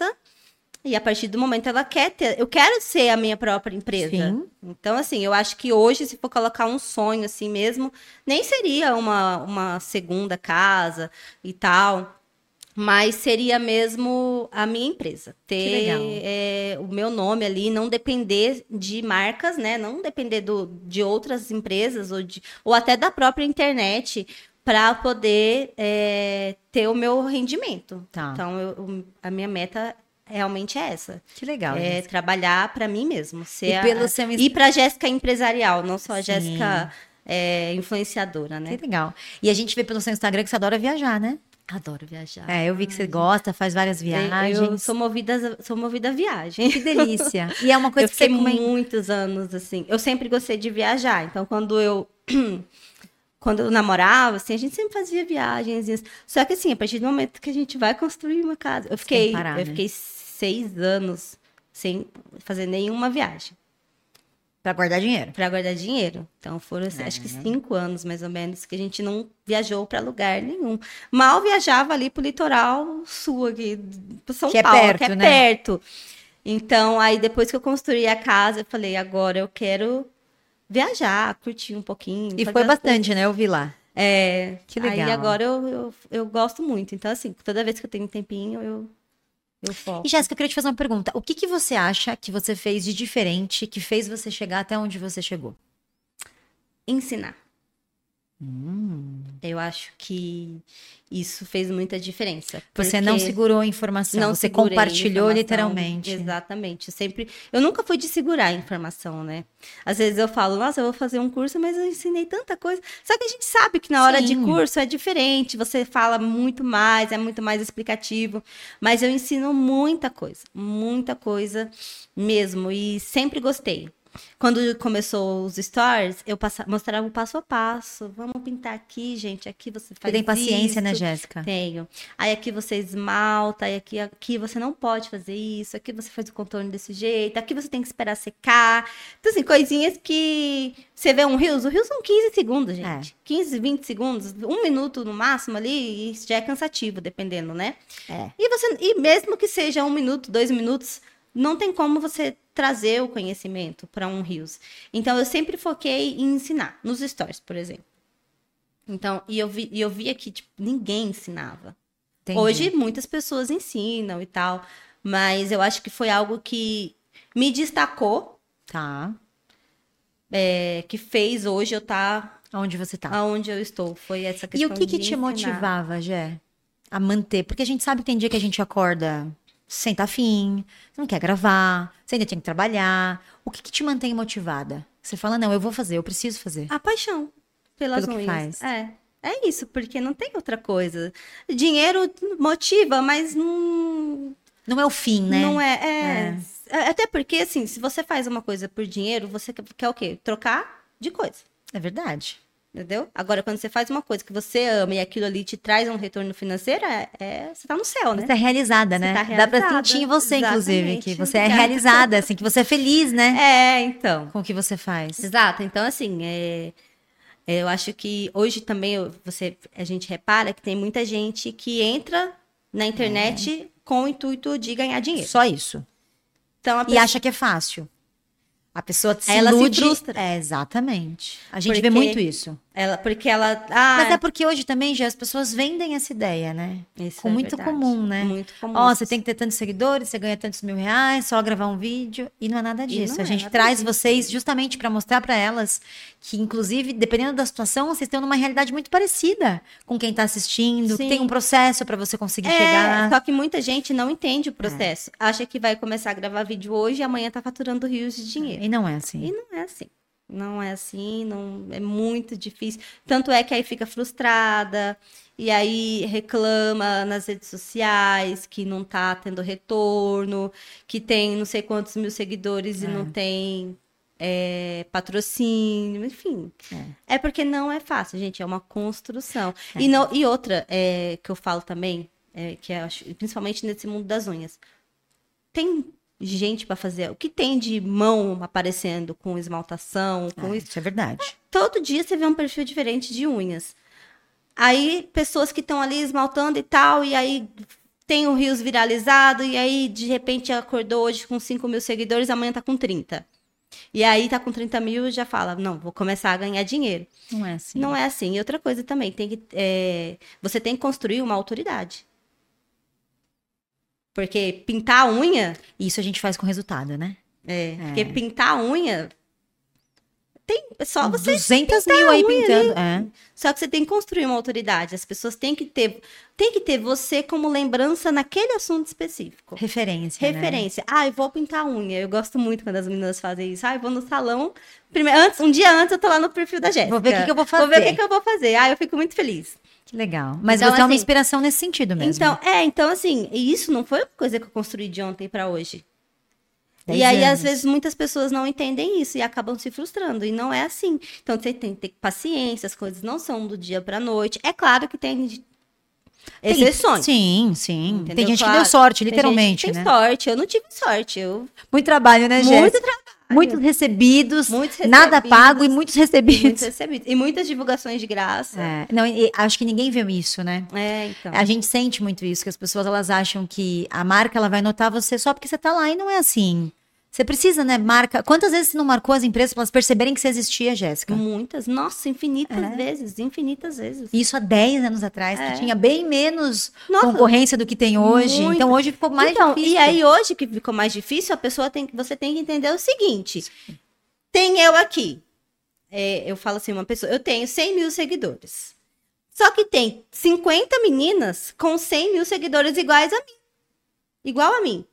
e a partir do momento ela quer ter. Eu quero ser a minha própria empresa. Sim. Então, assim, eu acho que hoje, se for colocar um sonho assim mesmo, nem seria uma, uma segunda casa e tal. Mas seria mesmo a minha empresa. Ter legal. é, o meu nome ali, não depender de marcas, né? Não depender do, de outras empresas ou, de, ou até da própria internet para poder é, ter o meu rendimento. Tá. Então, eu- eu- a minha meta realmente é essa. Que legal, É Tá, Jéssica. trabalhar para mim mesmo. Ser E a- pelo seu e para Jéssica empresarial, não só Sim. a Jéssica é, influenciadora, né? Que legal. E a gente vê pelo seu Instagram que você adora viajar, né? Adoro viajar. É, eu vi que você gosta, faz várias viagens. Eu sou movida, sou movida a viagem. Que delícia. E é uma coisa eu que você fiquei comenta. muitos anos assim. Eu sempre gostei de viajar. Então, quando eu quando eu namorava, assim, a gente sempre fazia viagens. e isso. Só que assim, a partir do momento que a gente vai construir uma casa, eu fiquei, parar, eu né? fiquei seis anos sem fazer nenhuma viagem Pra guardar dinheiro. para guardar dinheiro. Então foram assim, acho que É. cinco anos mais ou menos que a gente não viajou para lugar nenhum. Mal viajava ali pro litoral sul aqui, pro São Que é Paulo, que perto, é né? perto. Então aí depois que eu construí a casa, eu falei agora eu quero viajar, curtir um pouquinho. E fazer foi as coisas. bastante, né? Eu vi lá. É. Que legal. Aí agora eu, eu, eu gosto muito. Então assim, toda vez que eu tenho um tempinho eu eu foco. E Jéssica, eu queria te fazer uma pergunta. O que, que você acha que você fez de diferente que fez você chegar até onde você chegou? Ensinar. Hum, Eu acho que isso fez muita diferença. você não porque- segurou a informação, não você segurei compartilhou informação. literalmente. Exatamente. Eu sempre, eu nunca fui de segurar a informação, né? Às vezes eu falo, nossa, eu vou fazer um curso, mas eu ensinei tanta coisa. Só que a gente sabe que na hora de Sim. curso é diferente, você fala muito mais, é muito mais explicativo, mas eu ensino muita coisa, muita coisa mesmo e sempre gostei. Quando começou os stories, eu passa- mostrava o passo a passo. Vamos pintar aqui, gente. Aqui você Você faz tem paciência, né, isso. Jéssica? Tenho. Aí aqui você esmalta, aí aqui, aqui você não pode fazer isso, aqui você faz o contorno desse jeito, aqui você tem que esperar secar. Então, assim, coisinhas que você vê um Reels, o Reels são 15 segundos, É. gente. 15, 20 segundos, um minuto no máximo ali, e isso já é cansativo, dependendo, né? É. E, você, e mesmo que seja um minuto, dois minutos, não tem como você trazer o conhecimento para um Reels. Então, eu sempre foquei em ensinar, nos stories, por exemplo. Então, e eu, vi, e eu via que tipo, ninguém ensinava. Entendi. Hoje muitas pessoas ensinam e tal, mas eu acho que foi algo que me destacou, Tá. é, que fez hoje eu estar Onde você tá? aonde eu estou. Foi essa E questão. o que, que de te Ah, ensinar. motivava, Jé, a manter? Porque a gente sabe que tem dia que a gente acorda sem tá afim, você não quer gravar, você ainda tem que trabalhar. O que, que te mantém motivada? Você fala, não, eu vou fazer, eu preciso fazer. A paixão pelas Pelo que unhas. faz. É. É isso, porque não tem outra coisa. Dinheiro motiva, mas não, Não é o fim, né? não é, é- é- Até porque, assim, se você faz uma coisa por dinheiro, você quer, quer o quê? Trocar de coisa. É verdade. Entendeu? Agora, quando você faz uma coisa que você ama e aquilo ali te traz um retorno financeiro, é, é- você tá no céu, né? Você é realizada, né? tá Dá pra realizada. sentir em você, inclusive, Exatamente. que você é Obrigada. realizada, assim, que você é feliz, né? É, então. Com o que você faz. Exato. Então, assim, é, é, eu acho que hoje também eu- você, a gente repara que tem muita gente que entra É. na internet com o intuito de ganhar dinheiro. Só isso. Então, a E pessoa- acha que é fácil. A pessoa se Ela se ilude. frustra. É, exatamente. A gente Porque- vê muito isso. ela, porque ela. Ah, Mas é porque hoje também, já as pessoas vendem essa ideia, né? isso é muito comum, né? Muito comum. Ó, você tem que ter tantos seguidores, você ganha tantos mil reais, só gravar um vídeo. E não é nada disso. não A é gente nada traz disso. vocês justamente pra mostrar pra elas que, inclusive, dependendo da situação, vocês estão numa realidade muito parecida com quem tá assistindo, que Sim. tem um processo pra você conseguir É, chegar. É. Só que muita gente não entende o processo. Acha que vai começar a gravar vídeo hoje e amanhã tá faturando rios de dinheiro. E não é assim. E não é assim. Não é assim, não é muito difícil. Tanto é que aí fica frustrada e aí reclama nas redes sociais que não tá tendo retorno, que tem não sei quantos mil seguidores e não tem é, patrocínio, enfim. É. porque não é fácil, gente, é uma construção. E, não- e outra é, que eu falo também, é, que eu acho, principalmente nesse mundo das unhas, tem gente pra fazer. O que tem de mão aparecendo com esmaltação, com É, isso? isso é verdade. Todo dia você vê um perfil diferente de unhas. Aí pessoas que estão ali esmaltando e tal, e aí tem o Rios viralizado, e aí de repente acordou hoje com 5 mil seguidores, amanhã tá com 30. E aí tá com 30 mil e já fala, não, vou começar a ganhar dinheiro. Não é assim. Não é assim. E outra coisa também, tem que, é, você tem que construir uma autoridade. Porque pintar a unha Isso a gente faz com resultado, né? é, porque pintar a unha tem é só você, 200 mil aí pintando. É. só que você tem que construir uma autoridade. As pessoas têm que ter, tem que ter você como lembrança naquele assunto específico. Referência. né? Referência. Ah, eu vou pintar a unha. Eu gosto muito quando as meninas fazem isso. Ah, eu vou no salão. Primeiro, antes, um dia antes eu tô lá no perfil da Jéssica. Vou ver o que, que eu vou fazer. Vou ver o que, que eu vou fazer. Ah, eu fico muito feliz. Que legal. Mas Então, você é uma assim, inspiração nesse sentido mesmo. né? Então, é, então assim, e isso não foi uma coisa que eu construí de ontem pra hoje. Dez e aí, anos. às vezes, muitas pessoas não entendem isso e acabam se frustrando. E não é assim. Então, você tem que ter paciência, as coisas não são do dia pra noite. É claro que tem Tem- exceções. Sim, sim. Tem Entendeu? gente que Claro. deu sorte, Tem gente que literalmente, tem né? sorte. Eu não tive sorte. Eu... Muito trabalho, né, Jéssica? Muito Muitos recebidos, Muitos nada recebidos. pago e muitos recebidos. Muitos recebidos. E muitas divulgações de graça. É, não, e- e acho que ninguém viu isso, né? É, então. A gente sente muito isso, que as pessoas elas acham que a marca ela vai notar você só porque você tá lá e não é assim. Você precisa, né, marca? Quantas vezes você não marcou as empresas para elas perceberem que você existia, Jéssica? É. Muitas. Nossa, infinitas vezes. Infinitas vezes. Isso há 10 anos atrás, que tinha bem menos É. Nossa. concorrência do que tem hoje. Muito. Então hoje ficou mais então, difícil. e aí hoje que ficou mais difícil, a pessoa tem que você tem que entender o seguinte: tem eu aqui. É, eu falo assim, uma pessoa, eu tenho 100 mil seguidores. Só que tem 50 meninas com 100 mil seguidores iguais a mim. Igual a mim. O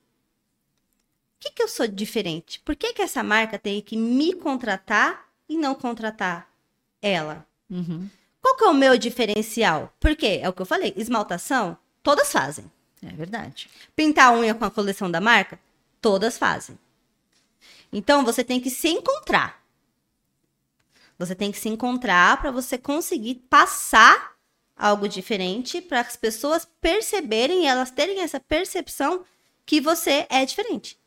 que, que eu sou de diferente? Por que, que essa marca tem que me contratar e não contratar ela? Uhum. Qual que é o meu diferencial? Porque é o que eu falei, esmaltação, todas fazem. É verdade. Pintar a unha com a coleção da marca? Todas fazem. Então você tem que se encontrar. Você tem que se encontrar para você conseguir passar algo diferente para as pessoas perceberem, elas terem essa percepção que você é diferente.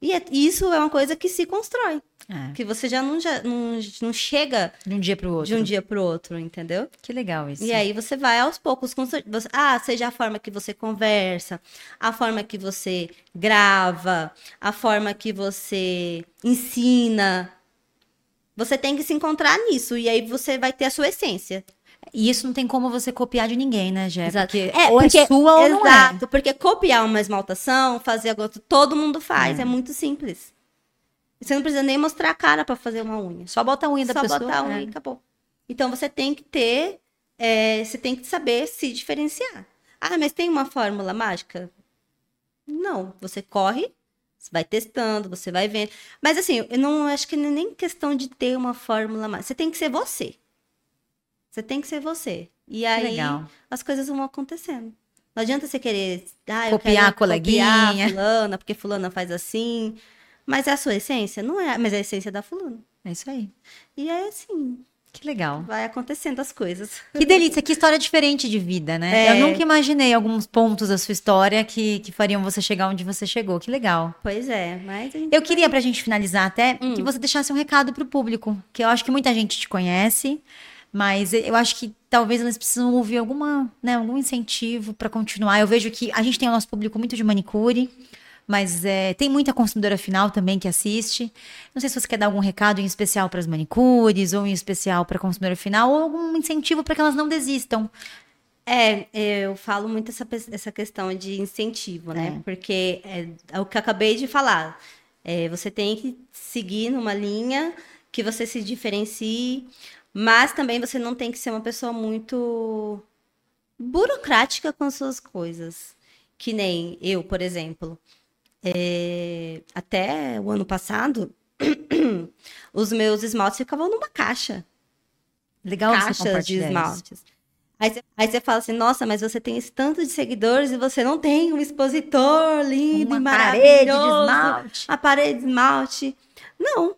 E é- e isso é uma coisa que se constrói, É, que você já não, já, não, não chega de um dia pro outro. de um dia para o outro, entendeu? Que legal isso. E aí você vai aos poucos. constru- você- Ah, seja a forma que você conversa, a forma que você grava, a forma que você ensina. Você tem que se encontrar nisso. E aí você vai ter a sua essência. E isso não tem como você copiar de ninguém, né, Jé? Exato. Porque É, ou é porque- sua ou não é. Exato. Porque copiar uma esmaltação, fazer agora, todo mundo faz. É, muito simples. Você não precisa nem mostrar a cara para fazer uma unha. Só bota a unha da Só pessoa. botar um é. e acabou. Então você tem que ter, é, você tem que saber se diferenciar. Ah, mas tem uma fórmula mágica? Não, você corre, você vai testando, você vai vendo. Mas assim, eu não acho que não é nem questão de ter uma fórmula mágica. Você tem que ser você. Você tem que ser você. E aí legal. as coisas vão acontecendo. Não adianta você querer ah, eu Copiar quero a coleguinha. copiar fulana, porque fulana faz assim. Mas é a sua essência? Não é, mas é a essência da fulana. É isso aí. E é assim, Que legal. vai acontecendo as coisas. Que delícia, que história diferente de vida, né? É. Eu nunca imaginei alguns pontos da sua história que, que fariam você chegar onde você chegou. Que legal. Pois é, mas a gente... Eu queria, pra gente finalizar até, Hum. que você deixasse um recado pro público, que eu acho que muita gente te conhece, mas eu acho que talvez elas precisam ouvir alguma, né, algum incentivo pra continuar. Eu vejo que a gente tem o nosso público muito de manicure, mas é, tem muita consumidora final também que assiste. Não sei se você quer dar algum recado em especial pras manicures, ou em especial pra consumidora final, ou algum incentivo pra que elas não desistam. É, eu falo muito essa, pe- essa questão de incentivo, né? Porque é, é o que eu acabei de falar. É, você tem que seguir numa linha que você se diferencie, mas também você não tem que ser uma pessoa muito burocrática com suas coisas. Que nem eu, por exemplo. É, até o ano passado, os meus esmaltes ficavam numa caixa. Legal você caixas de compartilhar isso. esmaltes. Aí você, aí você fala assim, nossa, mas você tem esse tanto de seguidores e você não tem um expositor lindo e Uma parede de maravilhoso. esmalte. Uma parede de esmalte. Não,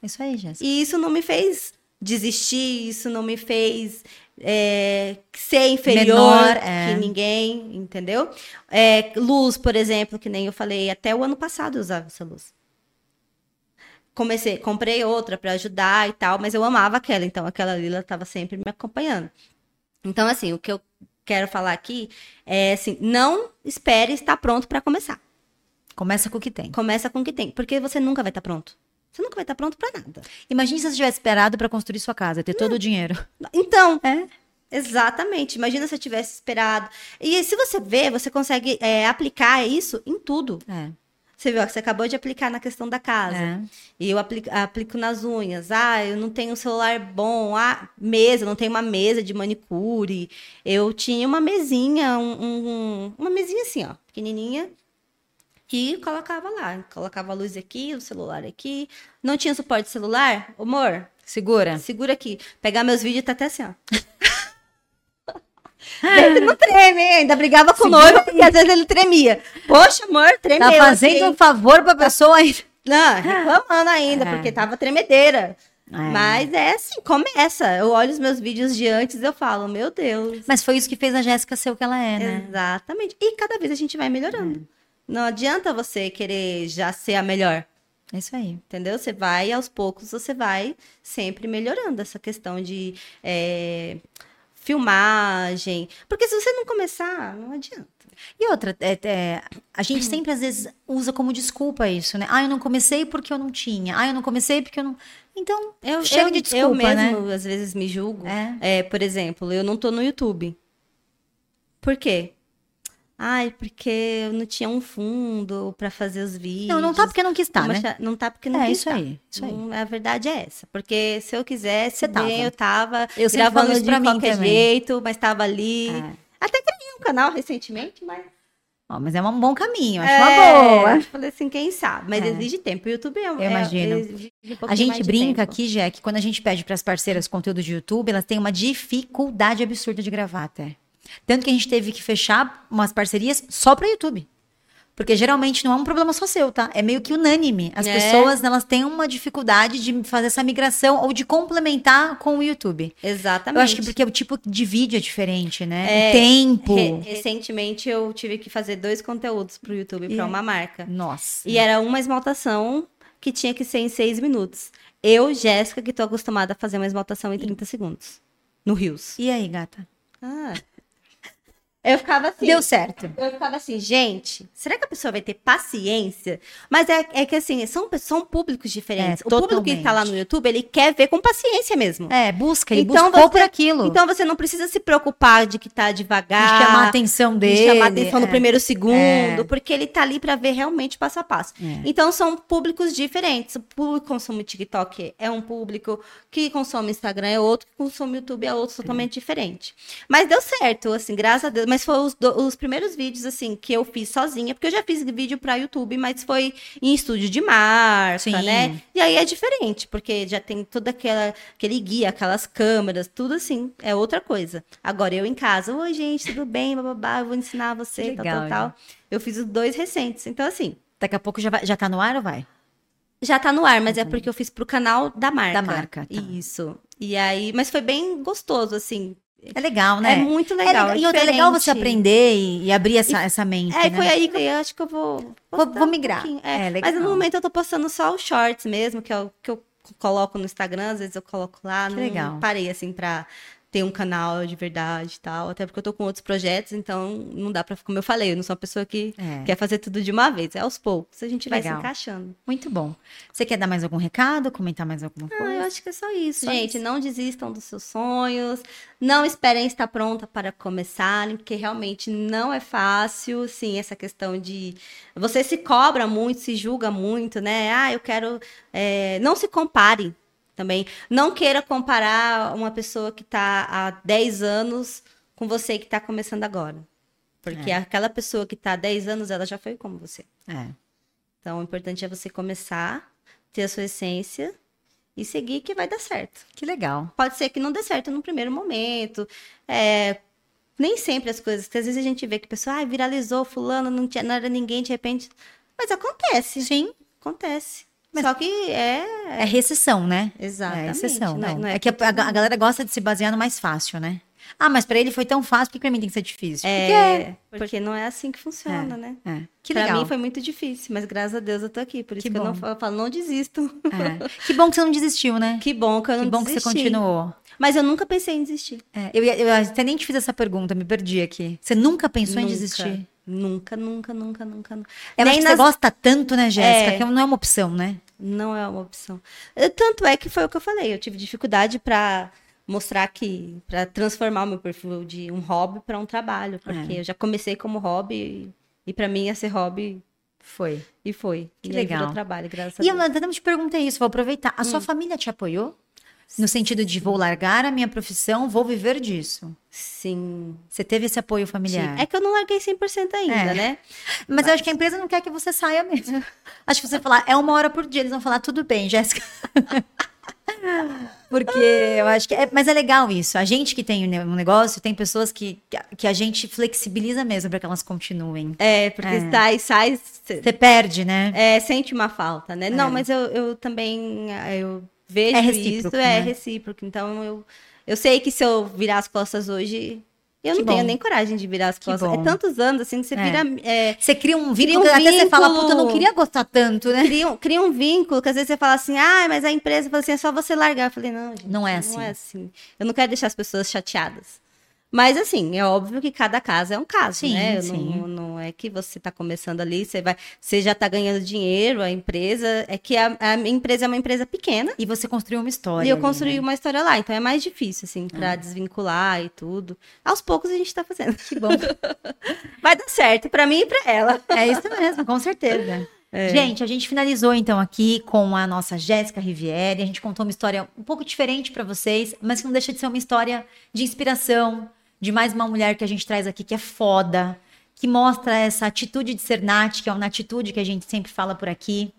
É isso aí, Jéssica. e isso não me fez desistir, isso não me fez é, ser inferior Menor, é. que ninguém, entendeu? É, luz, por exemplo, que nem eu falei, até o ano passado eu usava essa luz. Comecei, comprei outra para ajudar e tal, mas eu amava aquela, então aquela Lila estava sempre me acompanhando. Então, assim, o que eu quero falar aqui é assim, não espere estar pronto para começar. Começa com o que tem. Começa com o que tem, porque você nunca vai estar pronto. Você nunca vai estar pronto para nada. Imagina se você tivesse esperado pra construir sua casa, ter todo o dinheiro. Então, É. Exatamente. Imagina se eu tivesse esperado. E se você vê, você consegue é, aplicar isso em tudo. É, Você viu, ó, que você acabou de aplicar na questão da casa. é. E eu aplico, aplico nas unhas. Ah, eu não tenho um celular bom. Ah, mesa, não tenho uma mesa de manicure. Eu tinha uma mesinha, um- um- uma mesinha assim, ó, pequenininha. Que colocava lá. Colocava a luz aqui, o celular aqui. Não tinha suporte celular? Amor, Segura. Segura aqui. Pegar meus vídeos tá até assim, ó. Ele não treme, hein? ainda brigava com o Ah. Segura noivo, porque às vezes ele tremia. Poxa, amor, tremeu. Tá fazendo assim. um favor pra pessoa ainda. Não, reclamando ainda, É. porque tava tremedeira. É. Mas é assim, começa. Eu olho os meus vídeos de antes e eu falo, meu Deus. Mas foi isso que fez a Jéssica ser o que ela é, né? É. Exatamente. E cada vez a gente vai melhorando. Não adianta você querer já ser a melhor. É isso aí. Entendeu? Você vai, aos poucos, você vai sempre melhorando essa questão de é, filmagem. Porque se você não começar, não adianta. E outra, é- é, a gente Uhum. sempre às vezes usa como desculpa isso, né? Ah, eu não comecei porque eu não tinha. Ah, eu não comecei porque eu não. Então, Eu, Chega eu, de eu desculpa, mesmo, às vezes, me julgo. é. né? É, por exemplo, eu não tô no YouTube. Por quê? Ai, porque eu não tinha um fundo pra fazer os vídeos. Não, não tá porque não quis estar, Uma né? cha- Não tá porque não É, quis isso aí. Isso aí. Não, a verdade é essa. Porque se eu quisesse, Você tava. bem, eu tava Eu sempre falo gravando isso de pra mim qualquer também. jeito, mas tava ali. É. Até criei um canal recentemente, mas. Ó, mas é um bom caminho, acho É, uma boa. Falei assim, quem sabe? Mas É. exige tempo. O YouTube é um. Eu imagino. a gente brinca aqui, Jé, que quando a gente pede para as parceiras conteúdo de YouTube, elas têm uma dificuldade absurda de gravar até. Tanto que a gente teve que fechar umas parcerias só para YouTube. Porque geralmente não é um problema só seu, tá? É meio que unânime. As É. pessoas, elas têm uma dificuldade de fazer essa migração ou de complementar com o YouTube. Exatamente. Eu acho que porque o tipo de vídeo é diferente, né? É. o tempo. Re- recentemente eu tive que fazer dois conteúdos pro YouTube E- pra uma marca. Nossa. E era uma esmaltação que tinha que ser em seis minutos. Eu, Jéssica, que tô acostumada a fazer uma esmaltação em 30 segundos. No Rios. E aí, gata? Ah. Eu ficava assim. Deu certo. Eu ficava assim, gente, será que a pessoa vai ter paciência? Mas é, é que assim, são, pe- são públicos diferentes. É, o público que tá lá no YouTube, ele quer ver com paciência mesmo. É, busca. Ele Então buscou você- por aquilo. Então você não precisa se preocupar de que tá de devagar. chamar a atenção dele. de chamar a atenção no é. primeiro segundo, É. porque ele tá ali pra ver realmente passo a passo. É. Então são públicos diferentes. O público que consome TikTok é um público, que consome Instagram é outro, que consome YouTube é outro, totalmente diferente. Mas deu certo, assim, graças a Deus. Mas foram os, do- os primeiros vídeos, assim, que eu fiz sozinha, porque eu já fiz vídeo pra YouTube, mas foi em estúdio de marca, Sim. né? E aí é diferente, porque já tem toda aquela aquele guia, aquelas câmeras, tudo assim, é outra coisa. Agora eu em casa, oi gente, tudo bem, bababá, eu vou ensinar você, tal, Legal, tal, tal. Eu fiz os dois recentes, então assim, Daqui a pouco já, vai, já tá no ar ou vai? já tá no ar, mas é porque eu fiz pro canal da Da marca. marca, tá. Isso. E aí, mas foi bem gostoso, assim. É legal, É né? muito legal. É, É, legal- e outra, é legal você diferente. aprender e, e abrir essa, essa mente. É, e né? foi aí que eu acho que eu vou. Vou- postar vou migrar. pouquinho. É, É, legal. Mas no momento eu tô postando só os shorts mesmo, que é o que eu coloco no Instagram, às vezes eu coloco lá. Que não legal. parei assim pra ter um canal de verdade e tal. Até porque eu tô com outros projetos, então não dá pra. Como eu falei, eu não sou uma pessoa que É. quer fazer tudo de uma vez. É aos poucos. A gente vai Legal. se encaixando. Muito bom. Você quer dar mais algum recado? Comentar mais alguma Ah, coisa? eu acho que é só isso, Só gente. Não desistam dos seus sonhos. Não esperem estar pronta para começarem, porque realmente não é fácil, sim, essa questão de. Você se cobra muito, se julga muito, né? Ah, eu quero. é, Não se compare também. Não queira comparar uma pessoa que está há 10 anos com você que está começando agora. Porque É. aquela pessoa que está há 10 anos, ela já foi como você. É. Então, o importante é você começar, ter a sua essência e seguir que vai dar certo. Que legal. Pode ser que não dê certo no primeiro momento. é, nem sempre as coisas, porque às vezes a gente vê que a pessoa ah, viralizou, fulano, não, tinha, não era ninguém de repente. Mas acontece, Sim, acontece. Mas- Só que é. é recessão, né? Exatamente. É exceção. não, é. não é, é, que a, a ga- a galera gosta de se basear no mais fácil, né? Ah, mas pra ele foi tão fácil, por que pra mim tem que ser difícil? é, porque não é assim que funciona, né? Porque é. é. Que pra legal. mim foi muito difícil, mas graças a Deus eu tô aqui. Por isso Que que, eu não bom. falo, eu falo, não desisto. É. Que bom que você não desistiu, né? Que bom que eu não Que bom que você desisti. continuou. Mas eu nunca pensei em desistir. É, eu, ia- eu até nem te fiz essa pergunta, me perdi aqui. Você nunca pensou em Nunca. desistir? Nunca, nunca, nunca, nunca. nu- É, mas Nem que você nas- gosta tanto, né, Jéssica? É. Que não é uma opção, né? Não é uma opção. Eh, Tanto é que foi o que eu falei. Eu tive dificuldade pra mostrar que. pra transformar o meu perfil de um hobby pra um trabalho. Porque É. eu já comecei como hobby e pra mim ia ser hobby Foi. e foi. Que e aí virou legal. trabalho, graças E a eu Deus. até não te perguntei isso, vou aproveitar. A Hum. sua família te apoiou? No sentido de vou largar a minha profissão, vou viver disso. Sim. Você teve esse apoio sim. familiar. É que eu não larguei 100% ainda, É. né? mas eu acho que a empresa não quer que você saia mesmo. Acho que você falar, é uma hora por dia, eles vão falar, tudo bem, Jéssica. Porque eu acho que. é- mas é legal isso. A gente que tem um negócio, tem pessoas que, que a- que a gente flexibiliza mesmo para que elas continuem. É, porque É. sai, sai. cê- Você perde, né? É, sente uma falta, né? Não, mas eu, eu também ah, eu vejo É isso, recíproco, né? é recíproco. Então eu, eu sei que se eu virar as costas hoje, eu Que não tenho bom. nem coragem de virar as costas. bom. É tantos anos assim que você É. vira. é, Você cria um Cria vínculo, um que até você fala, vínculo. puta, eu não queria gostar tanto, né? cria, um- cria um vínculo que às vezes você fala assim, ah, mas a empresa fala assim, é só você largar. Eu falei, não, gente, Não é Não assim. é assim. Eu não quero deixar as pessoas chateadas. Mas assim, é óbvio que cada caso é um caso, Sim, né? Eu sim. Não, não é que você está começando ali, você vai, você já está ganhando dinheiro, a empresa é que a- a empresa é uma empresa pequena. E você construiu uma história. E eu ali, construí né? uma história lá, então é mais difícil, assim, pra desvincular e tudo. Aos poucos a gente tá fazendo. Que bom. Vai dar certo, pra mim e pra ela. É isso mesmo, com certeza. É. Gente, a gente finalizou então aqui com a nossa Jéssica Rivieri. A gente contou uma história um pouco diferente para vocês, mas que não deixa de ser uma história de inspiração, de mais uma mulher que a gente traz aqui que é foda, que mostra essa atitude de ser Nath, que é uma atitude que a gente sempre fala por aqui.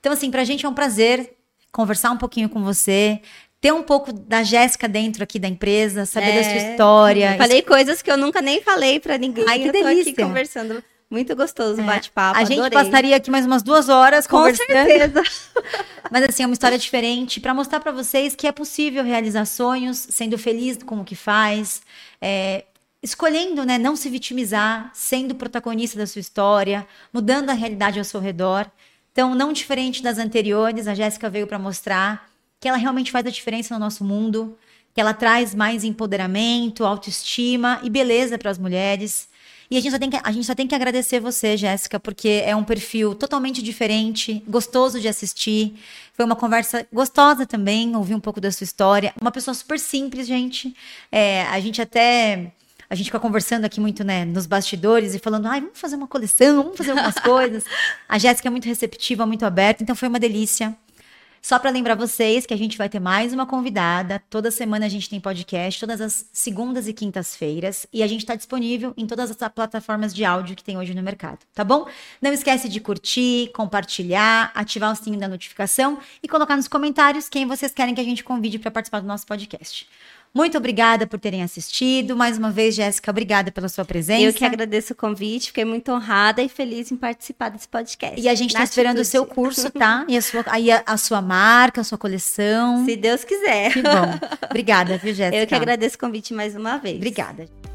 Então, assim, pra gente é um prazer conversar um pouquinho com você, ter um pouco da Jéssica dentro aqui da empresa, saber da sua É. história. Eu falei coisas que eu nunca nem falei pra ninguém. Ai, que eu tô delícia. É. aqui conversando. Muito gostoso o bate-papo. A gente adorei. passaria aqui mais umas duas horas com conversando. certeza. Mas assim, é uma história diferente para mostrar para vocês que é possível realizar sonhos, sendo feliz com o que faz, é, escolhendo, né, não se vitimizar, sendo protagonista da sua história, mudando a realidade ao seu redor. Então, não diferente das anteriores, a Jéssica veio para mostrar que ela realmente faz a diferença no nosso mundo, que ela traz mais empoderamento, autoestima e beleza para as mulheres. E a gente, só tem que, a gente só tem que agradecer você, Jéssica, porque é um perfil totalmente diferente, gostoso de assistir. Foi uma conversa gostosa também, ouvir um pouco da sua história. Uma pessoa super simples, gente. É, a gente até. A gente fica conversando aqui muito, né, nos bastidores e falando, ai, vamos fazer uma coleção, vamos fazer algumas coisas. A Jéssica é muito receptiva, muito aberta, então foi uma delícia. Só para lembrar vocês que a gente vai ter mais uma convidada. Toda semana a gente tem podcast, todas as segundas e quintas-feiras. E a gente está disponível em todas as plataformas de áudio que tem hoje no mercado, tá bom? Não esquece de curtir, compartilhar, ativar o sininho da notificação e colocar nos comentários quem vocês querem que a gente convide para participar do nosso podcast. Muito obrigada por terem assistido. Mais uma vez, Jéssica, obrigada pela sua presença. Eu que agradeço o convite, fiquei muito honrada e feliz em participar desse podcast. E a gente está Na esperando o seu atitude. curso, tá? E a sua, aí a, a sua marca, a sua coleção. Se Deus quiser. Que bom. Obrigada, viu, Jéssica? Eu que agradeço o convite mais uma vez. Obrigada.